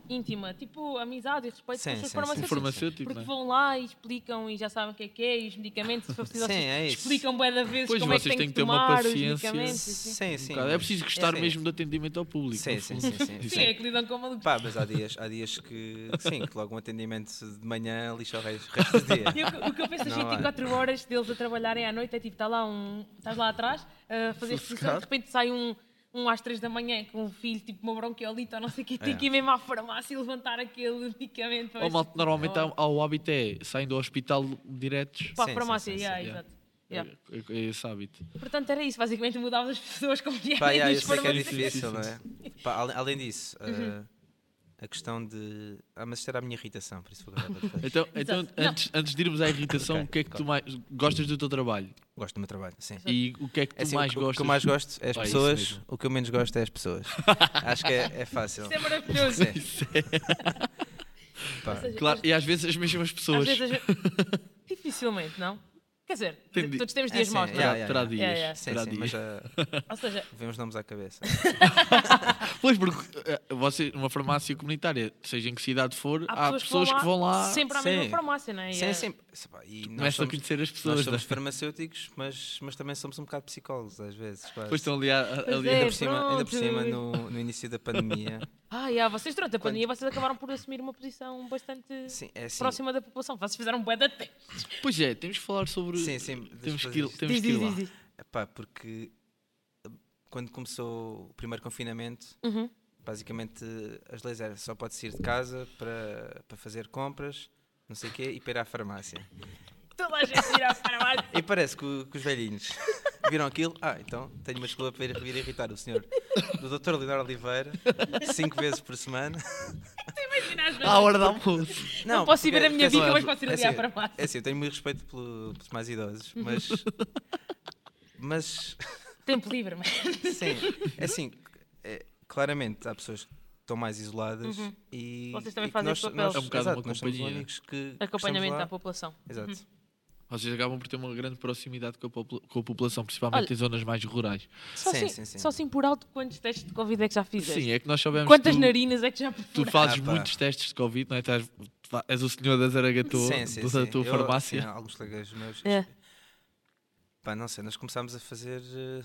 [SPEAKER 3] íntima, tipo amizade e respeito
[SPEAKER 4] Sim,
[SPEAKER 3] com os seus
[SPEAKER 4] sim, sim.
[SPEAKER 1] Um
[SPEAKER 4] Sim,
[SPEAKER 3] farmacêuticos.
[SPEAKER 1] farmacêutico,
[SPEAKER 3] tipo, Porque
[SPEAKER 1] não é?
[SPEAKER 3] vão lá e explicam e já sabem o que é que é, e os medicamentos, se for preciso,
[SPEAKER 4] Sim,
[SPEAKER 3] vocês
[SPEAKER 4] é isso.
[SPEAKER 3] explicam bem da vez
[SPEAKER 1] Pois,
[SPEAKER 3] como é que
[SPEAKER 1] vocês
[SPEAKER 3] têm
[SPEAKER 1] têm
[SPEAKER 3] que
[SPEAKER 1] que ter uma
[SPEAKER 3] tomar os
[SPEAKER 1] paciência.
[SPEAKER 3] medicamentos. assim.
[SPEAKER 4] Sim, sim.
[SPEAKER 1] Um bocado. é
[SPEAKER 4] mas-
[SPEAKER 1] preciso gostar
[SPEAKER 4] sim.
[SPEAKER 1] mesmo do atendimento ao público.
[SPEAKER 4] Sim,
[SPEAKER 1] no
[SPEAKER 4] sim,
[SPEAKER 1] fundo.
[SPEAKER 4] sim, sim,
[SPEAKER 3] Sim,
[SPEAKER 4] sim.
[SPEAKER 3] é que lidam com malucos.
[SPEAKER 4] Pá, mas há dias, há dias que, que sim, que logo um atendimento de manhã lixa o resto o resto do dia.
[SPEAKER 3] E o que- o que [laughs] eu penso das
[SPEAKER 4] Não,
[SPEAKER 3] 24 horas deles a trabalharem à noite é tipo, está lá um. Estás lá atrás a fazer exposição, de repente sai um, um às 3 da manhã com um filho, tipo uma bronquiolita ou não sei o que, tem
[SPEAKER 4] É.
[SPEAKER 3] que ir mesmo à farmácia e levantar aquele medicamento para
[SPEAKER 1] Ou
[SPEAKER 3] ver
[SPEAKER 1] mal-
[SPEAKER 3] se-
[SPEAKER 1] normalmente há,
[SPEAKER 3] Ou-
[SPEAKER 1] há o hábito é saem do hospital diretos.
[SPEAKER 3] Para
[SPEAKER 4] Sim,
[SPEAKER 3] a
[SPEAKER 4] sim,
[SPEAKER 3] farmácia,
[SPEAKER 4] sim,
[SPEAKER 3] yeah,
[SPEAKER 1] sim,
[SPEAKER 3] exato.
[SPEAKER 1] É,
[SPEAKER 3] Yeah.
[SPEAKER 1] é esse hábito.
[SPEAKER 3] Portanto, era isso, basicamente mudavas as pessoas com que
[SPEAKER 4] Pá, yeah,
[SPEAKER 3] eram
[SPEAKER 4] eu sei que
[SPEAKER 1] Sim,
[SPEAKER 4] é
[SPEAKER 1] sim,
[SPEAKER 4] difícil,
[SPEAKER 1] sim,
[SPEAKER 4] não é?
[SPEAKER 3] [laughs]
[SPEAKER 4] Pá, ale- além disso,
[SPEAKER 3] Uhum.
[SPEAKER 4] uh, a questão de. Ah, mas isto era a minha irritação, por isso vou guardar para
[SPEAKER 1] [laughs]
[SPEAKER 4] depois.
[SPEAKER 1] Então, então
[SPEAKER 3] Não.
[SPEAKER 1] antes, antes de irmos à irritação,
[SPEAKER 4] Ok,
[SPEAKER 1] o que é que tu mais gostas do teu trabalho?
[SPEAKER 4] Gosto do meu trabalho, sim.
[SPEAKER 1] E o que é que tu
[SPEAKER 4] É assim, o
[SPEAKER 1] mais
[SPEAKER 4] que- o,
[SPEAKER 1] gostas?
[SPEAKER 4] que eu mais gosto é as
[SPEAKER 1] Pá, isso
[SPEAKER 4] pessoas,
[SPEAKER 1] mesmo.
[SPEAKER 4] o que eu menos gosto é
[SPEAKER 3] [laughs]
[SPEAKER 4] as pessoas. Acho que é, é fácil.
[SPEAKER 3] Isso é maravilhoso.
[SPEAKER 1] [laughs]
[SPEAKER 4] Sim,
[SPEAKER 3] Ou seja,
[SPEAKER 1] é Claro, e às vezes as mesmas
[SPEAKER 3] às- às
[SPEAKER 1] pessoas.
[SPEAKER 4] [laughs]
[SPEAKER 3] vezes as- Dificilmente, não? Quer Quer dizer,
[SPEAKER 1] Tem di-
[SPEAKER 3] todos temos
[SPEAKER 4] É
[SPEAKER 3] dias
[SPEAKER 4] sim,
[SPEAKER 3] maus.
[SPEAKER 4] é,
[SPEAKER 3] não é?
[SPEAKER 1] Terá,
[SPEAKER 4] yeah,
[SPEAKER 1] terá
[SPEAKER 4] yeah.
[SPEAKER 1] dias.
[SPEAKER 3] Yeah, yeah.
[SPEAKER 4] Sim,
[SPEAKER 1] terá
[SPEAKER 4] sim,
[SPEAKER 1] dias.
[SPEAKER 4] mas ah,
[SPEAKER 1] [laughs]
[SPEAKER 3] Ou seja,
[SPEAKER 4] vemos nomes à cabeça.
[SPEAKER 3] Ah,
[SPEAKER 1] Pois, porque eh, você, numa farmácia comunitária, seja em que cidade for, há, pessoas que vão lá.
[SPEAKER 3] sempre à
[SPEAKER 4] Sim.
[SPEAKER 3] mesma farmácia, não é?
[SPEAKER 4] Sim,
[SPEAKER 3] É-
[SPEAKER 4] sim. Se pá, E
[SPEAKER 1] Começa
[SPEAKER 4] nós
[SPEAKER 1] a
[SPEAKER 4] somos,
[SPEAKER 1] conhecer as
[SPEAKER 4] nós
[SPEAKER 1] pessoas.
[SPEAKER 4] somos
[SPEAKER 1] né?
[SPEAKER 4] farmacêuticos, mas, mas também somos um bocado psicólogos às vezes. quase.
[SPEAKER 1] Depois estão ali, a- a-
[SPEAKER 3] Pois
[SPEAKER 1] ali
[SPEAKER 3] é.
[SPEAKER 4] Ainda por cima, ainda por cima
[SPEAKER 3] pronto.
[SPEAKER 4] no, no início da pandemia.
[SPEAKER 3] Ah, yeah, vocês durante a pandemia vocês acabaram por assumir uma posição bastante
[SPEAKER 4] Sim, é assim.
[SPEAKER 3] próxima da população. Vocês fizeram um bué da tempo.
[SPEAKER 1] Pois é, temos que falar sobre.
[SPEAKER 4] Sim, sim, deixa
[SPEAKER 3] um
[SPEAKER 1] Temos
[SPEAKER 4] eu
[SPEAKER 1] que ir,
[SPEAKER 4] fazer
[SPEAKER 1] temos que ir lá.
[SPEAKER 4] Epá, porque eh, quando começou o primeiro confinamento,
[SPEAKER 3] Uhum.
[SPEAKER 4] basicamente as leis eram só pode sair de casa para, para fazer compras, não sei o quê, e para ir à farmácia.
[SPEAKER 3] Toda a gente irá para lá.
[SPEAKER 4] E parece que, o- que os velhinhos [laughs] viram aquilo. Ah, então tenho uma desculpa para ir, vir irritar o senhor do Dr. Leonor Oliveira, cinco vezes por semana.
[SPEAKER 3] Imagina as
[SPEAKER 1] À hora do almoço.
[SPEAKER 3] Não, posso ir ver
[SPEAKER 4] Ah, porque-
[SPEAKER 3] a minha
[SPEAKER 4] porque
[SPEAKER 3] bica,
[SPEAKER 4] assim,
[SPEAKER 3] mas posso ir ali à
[SPEAKER 4] assim,
[SPEAKER 3] farmácia.
[SPEAKER 4] É assim, eu tenho muito respeito pelo- pelos mais idosos,
[SPEAKER 3] [laughs]
[SPEAKER 4] mas. mas.
[SPEAKER 3] Tempo livre, mas.
[SPEAKER 4] Sim, é assim, é, claramente há pessoas que estão mais isoladas e.
[SPEAKER 3] Uhum. Vocês também
[SPEAKER 4] e que
[SPEAKER 3] fazem
[SPEAKER 4] nós,
[SPEAKER 3] esse papel.
[SPEAKER 4] nós-
[SPEAKER 1] É um bocado
[SPEAKER 4] exato,
[SPEAKER 1] uma
[SPEAKER 4] nós somos os
[SPEAKER 1] companhia.
[SPEAKER 4] únicos que. que
[SPEAKER 3] Acompanhamento à
[SPEAKER 4] estamos lá.
[SPEAKER 3] população.
[SPEAKER 4] Exato.
[SPEAKER 1] Vocês acabam por ter uma grande proximidade com a, popula- com a população, principalmente
[SPEAKER 3] Olha.
[SPEAKER 1] em zonas mais rurais.
[SPEAKER 3] Só
[SPEAKER 4] Sim,
[SPEAKER 3] assim,
[SPEAKER 4] sim, sim.
[SPEAKER 3] Só assim por alto quantos testes de Covid é que já fizeste?
[SPEAKER 1] Sim, é que nós soubemos.
[SPEAKER 3] Quantas
[SPEAKER 1] tu,
[SPEAKER 3] narinas é que já
[SPEAKER 1] Tu
[SPEAKER 3] perfuraste?
[SPEAKER 1] fazes
[SPEAKER 4] Ah, pá.
[SPEAKER 1] muitos testes de Covid, não é? Tu és, tu és o senhor da Zaragatua,
[SPEAKER 4] Sim, sim,
[SPEAKER 1] da
[SPEAKER 4] sim.
[SPEAKER 1] tua
[SPEAKER 4] Eu-
[SPEAKER 1] farmácia.
[SPEAKER 4] sim, alguns colegas meus.
[SPEAKER 3] É.
[SPEAKER 4] Pá, não sei, nós começámos a fazer. eh,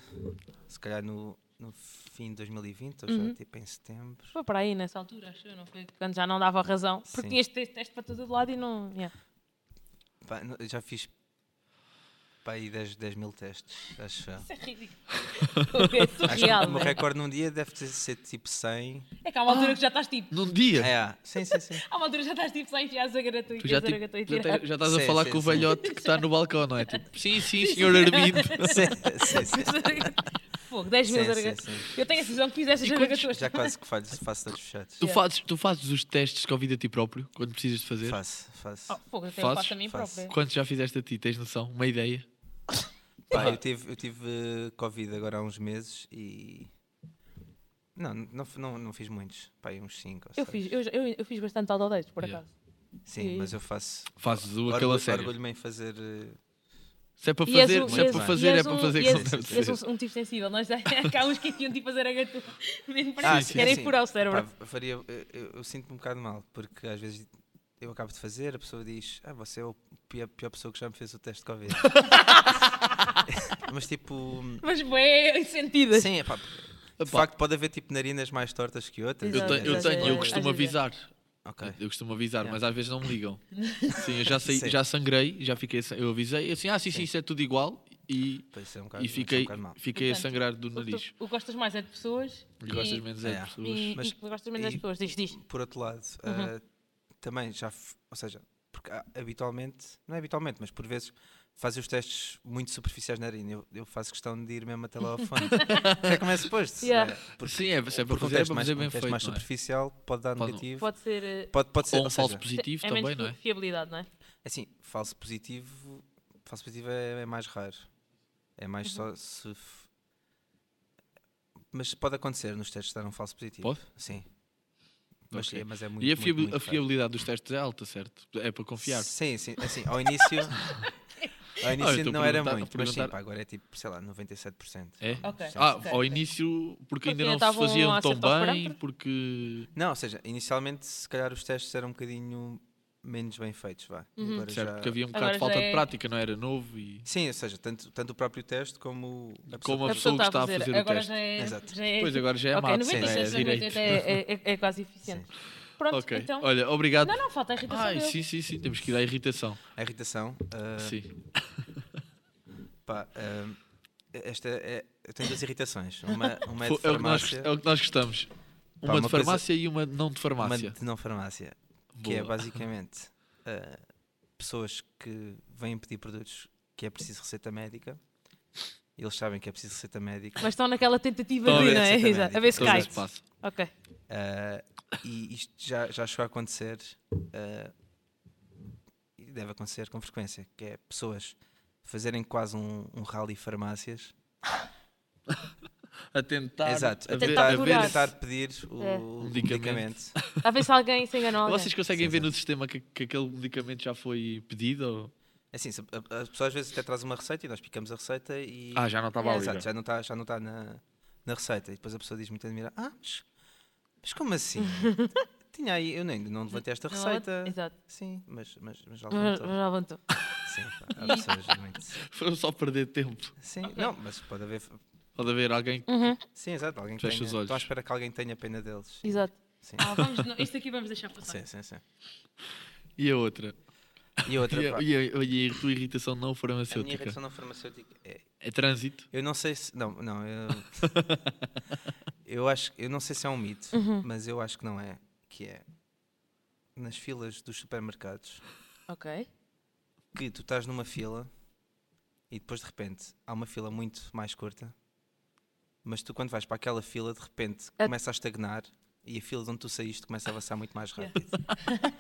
[SPEAKER 4] se calhar no, no fim de 2020, ou
[SPEAKER 3] Uhum.
[SPEAKER 4] já tipo em setembro.
[SPEAKER 3] Foi para aí nessa altura, acho eu, não foi? Quando já não dava razão. Porque
[SPEAKER 4] Sim.
[SPEAKER 3] tinhas de ter teste para todo lado e não.
[SPEAKER 4] [laughs]
[SPEAKER 3] yeah.
[SPEAKER 4] Pá, não- eu já fiz. Pá, aí 10, 10 mil testes, acho eu.
[SPEAKER 3] Isso é ridículo. [laughs] é
[SPEAKER 4] Acho que
[SPEAKER 3] surreal.
[SPEAKER 4] o meu
[SPEAKER 3] né?
[SPEAKER 4] recorde num dia deve ter ser tipo 100.
[SPEAKER 3] É que há uma altura que já estás tipo.
[SPEAKER 1] Num dia.
[SPEAKER 4] É, ah, sim, sim, [laughs] sim.
[SPEAKER 3] Há uma altura que já estás tipo só a enfiar a gratuita
[SPEAKER 1] Tu
[SPEAKER 3] e a
[SPEAKER 1] já, tipo,
[SPEAKER 3] gratuita e
[SPEAKER 1] já,
[SPEAKER 3] tirar.
[SPEAKER 1] te- já estás a
[SPEAKER 4] Sim,
[SPEAKER 1] falar
[SPEAKER 4] sim,
[SPEAKER 1] com o
[SPEAKER 4] sim.
[SPEAKER 1] velhote que está no balcão, não é? Tipo,
[SPEAKER 3] [laughs]
[SPEAKER 1] sim, sim, senhor Armindo.
[SPEAKER 4] sim, sim, [laughs] sim.
[SPEAKER 3] Fogo, 10 mil
[SPEAKER 4] Sim, sim,
[SPEAKER 3] zaragatas.
[SPEAKER 4] sim.
[SPEAKER 3] Eu tenho a decisão que fizeste as
[SPEAKER 1] E quantos-
[SPEAKER 3] zaragatuas.
[SPEAKER 4] Já quase que faço, faço todos fechados.
[SPEAKER 1] Tu
[SPEAKER 3] Yeah.
[SPEAKER 1] fazes, tu fazes os testes de Covid a ti próprio, quando precisas de fazer?
[SPEAKER 4] Faço, faço.
[SPEAKER 3] Oh, fogo, eu tenho
[SPEAKER 1] Fazes?
[SPEAKER 3] faço a mim
[SPEAKER 4] Fazes.
[SPEAKER 3] própria.
[SPEAKER 1] Quantos já fizeste a ti? Tens noção? Uma ideia?
[SPEAKER 4] Pá, eu tive, eu tive eh, Covid agora há uns meses e. Não, não, f- não, não fiz muitos. Pá, aí uns 5 ou
[SPEAKER 3] Eu
[SPEAKER 4] 6.
[SPEAKER 3] fiz, eu, já- eu, eu fiz bastante tal 10, por
[SPEAKER 1] Yeah.
[SPEAKER 3] acaso.
[SPEAKER 4] Sim, mas eu faço.
[SPEAKER 1] Fazes o aquele a
[SPEAKER 4] Orgulho-
[SPEAKER 1] sério.
[SPEAKER 4] Orgulho-me em fazer. eh,
[SPEAKER 1] Se é para
[SPEAKER 3] E és
[SPEAKER 1] fazer,
[SPEAKER 3] um-
[SPEAKER 1] se
[SPEAKER 3] e
[SPEAKER 1] é
[SPEAKER 3] és-
[SPEAKER 1] para
[SPEAKER 3] e
[SPEAKER 1] fazer, é
[SPEAKER 3] és
[SPEAKER 1] para
[SPEAKER 3] um-
[SPEAKER 1] fazer
[SPEAKER 3] e
[SPEAKER 1] que
[SPEAKER 3] és-
[SPEAKER 1] não deve
[SPEAKER 3] e és
[SPEAKER 1] ser.
[SPEAKER 3] um, um tipo sensível. Nós, [laughs] há uns que tinham tipo a zaragatua. [laughs] Mesmo para
[SPEAKER 4] Ah,
[SPEAKER 3] isso,
[SPEAKER 4] sim,
[SPEAKER 3] querem
[SPEAKER 4] sim.
[SPEAKER 3] furar o cérebro.
[SPEAKER 4] Pá, faria, eu, eu- eu sinto-me um bocado mal, porque às vezes eu acabo de fazer, a pessoa diz, ah, você é o pi- a pior pessoa que já me fez o teste
[SPEAKER 3] [laughs]
[SPEAKER 4] de Covid. Mas tipo,
[SPEAKER 3] Mas bem sentidas.
[SPEAKER 4] sim, epá, de
[SPEAKER 1] Epá.
[SPEAKER 4] facto pode haver tipo narinas mais tortas que outras.
[SPEAKER 1] Eu
[SPEAKER 3] Exato,
[SPEAKER 1] tenho, eu,
[SPEAKER 3] exato,
[SPEAKER 1] tenho, eu
[SPEAKER 3] exato.
[SPEAKER 1] costumo
[SPEAKER 3] Às vezes é.
[SPEAKER 1] avisar.
[SPEAKER 4] Ok.
[SPEAKER 1] Eu costumo avisar,
[SPEAKER 4] Yeah.
[SPEAKER 1] mas às vezes não me
[SPEAKER 4] [laughs]
[SPEAKER 1] ligam. Sim, eu já, saí,
[SPEAKER 4] Sim.
[SPEAKER 1] já sangrei, já fiquei. san- Eu avisei, assim, ah, sim, sim, isso é tudo igual. E,
[SPEAKER 4] Pois é um bocado,
[SPEAKER 1] e
[SPEAKER 4] mas é um
[SPEAKER 1] fiquei,
[SPEAKER 4] bocado mal.
[SPEAKER 1] fiquei a
[SPEAKER 3] Portanto,
[SPEAKER 1] sangrar do
[SPEAKER 3] O que
[SPEAKER 1] nariz.
[SPEAKER 3] tu- o que gostas mais é de pessoas.
[SPEAKER 1] E gostas
[SPEAKER 3] e-
[SPEAKER 1] menos é de
[SPEAKER 4] Yeah.
[SPEAKER 1] pessoas.
[SPEAKER 3] E,
[SPEAKER 4] Mas-
[SPEAKER 3] e que gostas menos das
[SPEAKER 4] e-
[SPEAKER 3] pessoas, diz, diz.
[SPEAKER 4] Por outro lado, eh, também já, f- ou seja, porque há- habitualmente, não é habitualmente, mas por vezes fazem os testes muito superficiais na narina. Eu, eu faço questão de ir mesmo até lá ao fundo. Já começo depois.
[SPEAKER 3] Yeah.
[SPEAKER 1] Sim, é, se é para
[SPEAKER 4] Porque um
[SPEAKER 1] fazer, é
[SPEAKER 4] teste
[SPEAKER 1] para
[SPEAKER 4] mais,
[SPEAKER 1] fazer
[SPEAKER 4] um
[SPEAKER 1] bem
[SPEAKER 4] teste
[SPEAKER 1] feito.
[SPEAKER 4] mais
[SPEAKER 1] não é?
[SPEAKER 4] superficial pode dar
[SPEAKER 1] não.
[SPEAKER 4] negativo. Pode,
[SPEAKER 3] Pode ser. eh,
[SPEAKER 4] pode, ser,
[SPEAKER 1] Ou um
[SPEAKER 4] ou
[SPEAKER 1] falso
[SPEAKER 4] seja,
[SPEAKER 1] positivo
[SPEAKER 3] é
[SPEAKER 1] também,
[SPEAKER 3] menos
[SPEAKER 1] não é?
[SPEAKER 3] fi- fiabilidade, não é?
[SPEAKER 4] assim, falso positivo, falso positivo é, é mais raro. É mais só se. f- Mas pode acontecer nos testes dar um falso positivo.
[SPEAKER 1] Pode?
[SPEAKER 4] Sim. Mas,
[SPEAKER 1] Ok.
[SPEAKER 4] é, mas é muito
[SPEAKER 1] E a,
[SPEAKER 4] muito,
[SPEAKER 1] fiabi-
[SPEAKER 4] muito
[SPEAKER 1] a
[SPEAKER 4] raro.
[SPEAKER 1] fiabilidade dos testes é alta, certo? É para confiar. Ah,
[SPEAKER 4] Sim, sim, assim, ao início. ao
[SPEAKER 1] eu
[SPEAKER 4] início
[SPEAKER 1] estou a
[SPEAKER 4] não era
[SPEAKER 1] perguntar-
[SPEAKER 4] muito,
[SPEAKER 1] a
[SPEAKER 4] mas sim,
[SPEAKER 1] perguntar-
[SPEAKER 4] pá, agora é tipo, sei lá, 97%.
[SPEAKER 1] É?
[SPEAKER 3] Ok.
[SPEAKER 1] Ah,
[SPEAKER 3] Ok.
[SPEAKER 1] ao início, porque ainda
[SPEAKER 3] ainda
[SPEAKER 1] não se
[SPEAKER 3] estavam
[SPEAKER 1] faziam
[SPEAKER 3] a
[SPEAKER 1] tão
[SPEAKER 3] acertar os
[SPEAKER 1] bem,
[SPEAKER 3] parâmetros?
[SPEAKER 1] porque.
[SPEAKER 4] Não, ou seja, inicialmente se calhar os testes eram um bocadinho menos bem feitos, vá. E Agora
[SPEAKER 1] Certo,
[SPEAKER 4] já-
[SPEAKER 1] porque havia um bocado
[SPEAKER 3] Agora
[SPEAKER 1] de falta
[SPEAKER 3] já
[SPEAKER 1] de
[SPEAKER 3] é-
[SPEAKER 1] prática, não era novo e.
[SPEAKER 4] Sim, ou seja, tanto, tanto o próprio teste como a pessoa.
[SPEAKER 1] Como a
[SPEAKER 4] que-
[SPEAKER 1] pessoa que está a fazer o
[SPEAKER 3] Agora
[SPEAKER 1] teste.
[SPEAKER 3] já é.
[SPEAKER 4] Exato.
[SPEAKER 3] Já é
[SPEAKER 1] Pois agora já é
[SPEAKER 3] Ok,
[SPEAKER 1] mato, sim, é
[SPEAKER 3] 96
[SPEAKER 1] direito.
[SPEAKER 3] é, é, é, é quase eficiente. Pronto,
[SPEAKER 1] Ok,
[SPEAKER 3] então.
[SPEAKER 1] olha, obrigado.
[SPEAKER 3] Não, não, falta a irritação.
[SPEAKER 1] Ai,
[SPEAKER 3] dele.
[SPEAKER 1] sim, sim, sim, temos que ir à irritação.
[SPEAKER 4] A irritação. ah,
[SPEAKER 1] Sim.
[SPEAKER 4] pá, ah, esta é, eu tenho duas irritações. Uma, uma é
[SPEAKER 1] Fo-
[SPEAKER 4] de
[SPEAKER 1] É o, que nós,
[SPEAKER 4] farmácia,
[SPEAKER 1] é o que nós gostamos. Uma
[SPEAKER 4] uma
[SPEAKER 1] de
[SPEAKER 4] coisa-
[SPEAKER 1] farmácia e uma não de
[SPEAKER 4] uma
[SPEAKER 1] farmácia.
[SPEAKER 4] de não farmácia. Que é
[SPEAKER 1] Boa.
[SPEAKER 4] basicamente ah, pessoas que vêm pedir produtos que é preciso receita médica. Eles sabem que é preciso receita médica.
[SPEAKER 3] Mas estão naquela tentativa
[SPEAKER 1] Estão a
[SPEAKER 3] de,
[SPEAKER 1] ver
[SPEAKER 3] não é?
[SPEAKER 4] se também.
[SPEAKER 3] Exato, a ver se
[SPEAKER 1] Então,
[SPEAKER 3] cai.
[SPEAKER 1] esse passo.
[SPEAKER 3] Ok.
[SPEAKER 4] Ah, e isto já, já chegou a acontecer ah, e deve acontecer com frequência, que é pessoas fazerem quase um, um rally farmácias É
[SPEAKER 1] A tentar.
[SPEAKER 4] Exato,
[SPEAKER 1] Tá, a
[SPEAKER 4] a
[SPEAKER 1] ver-
[SPEAKER 4] tentar,
[SPEAKER 1] a ver-
[SPEAKER 3] curar.
[SPEAKER 4] tentar pedir o,
[SPEAKER 3] É.
[SPEAKER 4] o
[SPEAKER 1] Um medicamento.
[SPEAKER 4] medicamento.
[SPEAKER 3] A ver se alguém se enganou.
[SPEAKER 1] Vocês conseguem ver no sistema que, que aquele medicamento já foi pedido? Ou...
[SPEAKER 4] É assim, se- a, a pessoa às vezes até traz uma receita e nós picamos a receita e.
[SPEAKER 1] Ah, já não estava ali.
[SPEAKER 4] Exato,
[SPEAKER 1] né?
[SPEAKER 4] já não está já não tá na, na receita. E depois a pessoa diz muito admirada: Ah, mas, mas
[SPEAKER 1] [laughs]
[SPEAKER 4] como assim? Tinha aí, eu nem não levantei esta
[SPEAKER 3] Não,
[SPEAKER 4] receita.
[SPEAKER 3] Exato.
[SPEAKER 4] Sim, mas, mas, mas já
[SPEAKER 3] Mas
[SPEAKER 4] levantou.
[SPEAKER 3] mas já levantou.
[SPEAKER 4] Sim, pá, há pessoas muito.
[SPEAKER 1] Foram só perder tempo.
[SPEAKER 4] Sim, não, mas pode haver.
[SPEAKER 1] Pode haver alguém que
[SPEAKER 3] Uhum,
[SPEAKER 4] Sim, exato, alguém que
[SPEAKER 1] Fecha
[SPEAKER 4] tenha.
[SPEAKER 1] os
[SPEAKER 4] Estou à
[SPEAKER 1] olhos.
[SPEAKER 4] espera que alguém tenha pena deles.
[SPEAKER 3] Exato.
[SPEAKER 4] Sim,
[SPEAKER 3] Ah, vamos, não, isto aqui vamos deixar passar.
[SPEAKER 4] sim, sim. sim.
[SPEAKER 1] E a outra?
[SPEAKER 4] E outra,
[SPEAKER 1] E
[SPEAKER 4] pá,
[SPEAKER 1] a, e a- e a tua irritação não
[SPEAKER 4] a minha
[SPEAKER 1] farmacêutica?
[SPEAKER 4] reação na farmacêutica é.
[SPEAKER 1] É trânsito?
[SPEAKER 4] Eu não sei se. Não, não, eu.
[SPEAKER 1] [laughs]
[SPEAKER 4] eu acho. Eu não sei se é um
[SPEAKER 3] Uhum.
[SPEAKER 4] mito,
[SPEAKER 3] Hum.
[SPEAKER 4] mas eu acho que não é. Que é. Nas filas dos supermercados,
[SPEAKER 3] Ok.
[SPEAKER 4] que tu estás numa fila e depois de repente há uma fila muito mais curta, mas tu quando vais para aquela fila de repente
[SPEAKER 3] A-
[SPEAKER 4] começa a estagnar e a fila de onde tu saíste começa a avançar muito mais rápido. [laughs]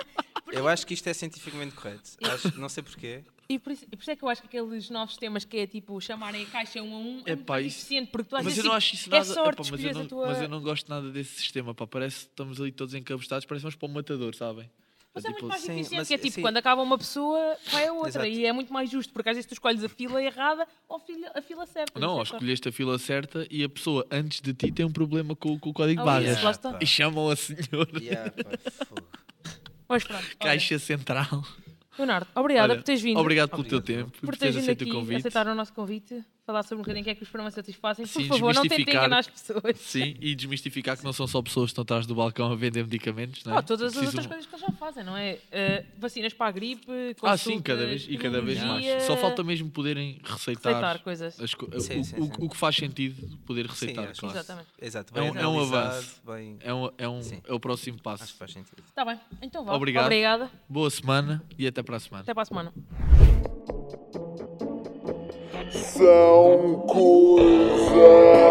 [SPEAKER 4] Eu acho que isto é cientificamente correto. Acho- não sei porquê.
[SPEAKER 3] E por, isso, e por isso é que eu acho que aqueles novos temas que é tipo chamarem a caixa um a um
[SPEAKER 1] Epá,
[SPEAKER 3] é, muito mais
[SPEAKER 1] isso-
[SPEAKER 3] eficiente, porque tu às
[SPEAKER 1] Mas eu
[SPEAKER 3] vezes
[SPEAKER 1] não
[SPEAKER 3] tipo,
[SPEAKER 1] acho isso
[SPEAKER 3] é
[SPEAKER 1] nada.
[SPEAKER 3] sorte
[SPEAKER 1] epá, mas, eu
[SPEAKER 3] escolheres
[SPEAKER 1] não,
[SPEAKER 3] a tua...
[SPEAKER 1] mas eu não gosto nada desse sistema, pá. Parece que estamos ali todos encabeçados, parece que vamos para o matador, sabem?
[SPEAKER 3] Mas é muito mais
[SPEAKER 4] sim,
[SPEAKER 3] eficiente,
[SPEAKER 4] mas-
[SPEAKER 3] que é tipo,
[SPEAKER 4] sim.
[SPEAKER 3] quando acaba uma pessoa, vai a outra.
[SPEAKER 4] Exato.
[SPEAKER 3] E é muito mais justo, porque às vezes tu escolhes a fila errada ou a fila, a fila certa.
[SPEAKER 1] Não, ou
[SPEAKER 3] isso é só-
[SPEAKER 1] escolheste a fila certa e a pessoa antes de ti tem um problema com, com o código
[SPEAKER 3] Ah,
[SPEAKER 1] de barras.
[SPEAKER 3] isso, lá está.
[SPEAKER 1] E chamam a senhora
[SPEAKER 4] Yeah, pá, fogo.
[SPEAKER 3] Mas pronto,
[SPEAKER 1] Caixa Central.
[SPEAKER 3] olha. Leonardo, obrigada
[SPEAKER 1] Olha,
[SPEAKER 3] por teres vindo.
[SPEAKER 1] Obrigado pelo teu
[SPEAKER 4] Obrigado, João.
[SPEAKER 1] tempo,
[SPEAKER 3] Por
[SPEAKER 1] por
[SPEAKER 3] teres
[SPEAKER 1] teres
[SPEAKER 3] vindo
[SPEAKER 1] aceito
[SPEAKER 3] aqui
[SPEAKER 1] o convite.
[SPEAKER 3] aceitar o nosso convite, falar sobre um bocadinho o que é que os farmacêuticos fazem.
[SPEAKER 1] Sim,
[SPEAKER 3] Por favor, não tentem
[SPEAKER 1] desmistificar.
[SPEAKER 3] enganar as pessoas.
[SPEAKER 1] Sim, e desmistificar que não são só pessoas que estão atrás do balcão a vender medicamentos, não é?
[SPEAKER 3] Oh, todas as
[SPEAKER 1] Preciso-
[SPEAKER 3] outras coisas que eles já fazem, não é? Eh, vacinas para a gripe,
[SPEAKER 1] Ah, sim, cada
[SPEAKER 3] consultas,
[SPEAKER 1] vez e cada vez mais.
[SPEAKER 3] pneumologia,
[SPEAKER 1] Só falta mesmo poderem receitar,
[SPEAKER 3] aceitar coisas.
[SPEAKER 1] as co- o-
[SPEAKER 4] Sim, sim,
[SPEAKER 1] o,
[SPEAKER 4] sim.
[SPEAKER 1] o que faz sentido poder receitar,
[SPEAKER 4] acho que
[SPEAKER 1] claro.
[SPEAKER 3] Exatamente.
[SPEAKER 4] Exato,
[SPEAKER 1] É
[SPEAKER 4] bem
[SPEAKER 1] um- é um
[SPEAKER 4] analisado,
[SPEAKER 1] avanço.
[SPEAKER 4] bem-
[SPEAKER 1] É, um, é, um,
[SPEAKER 4] Sim.
[SPEAKER 1] é o próximo
[SPEAKER 4] Acho
[SPEAKER 1] passo.
[SPEAKER 4] que faz sentido.
[SPEAKER 3] Está bem, então vá.
[SPEAKER 1] Obrigado.
[SPEAKER 3] Obrigada.
[SPEAKER 1] Boa semana e até para a semana.
[SPEAKER 3] Até para a semana.
[SPEAKER 2] São coisas.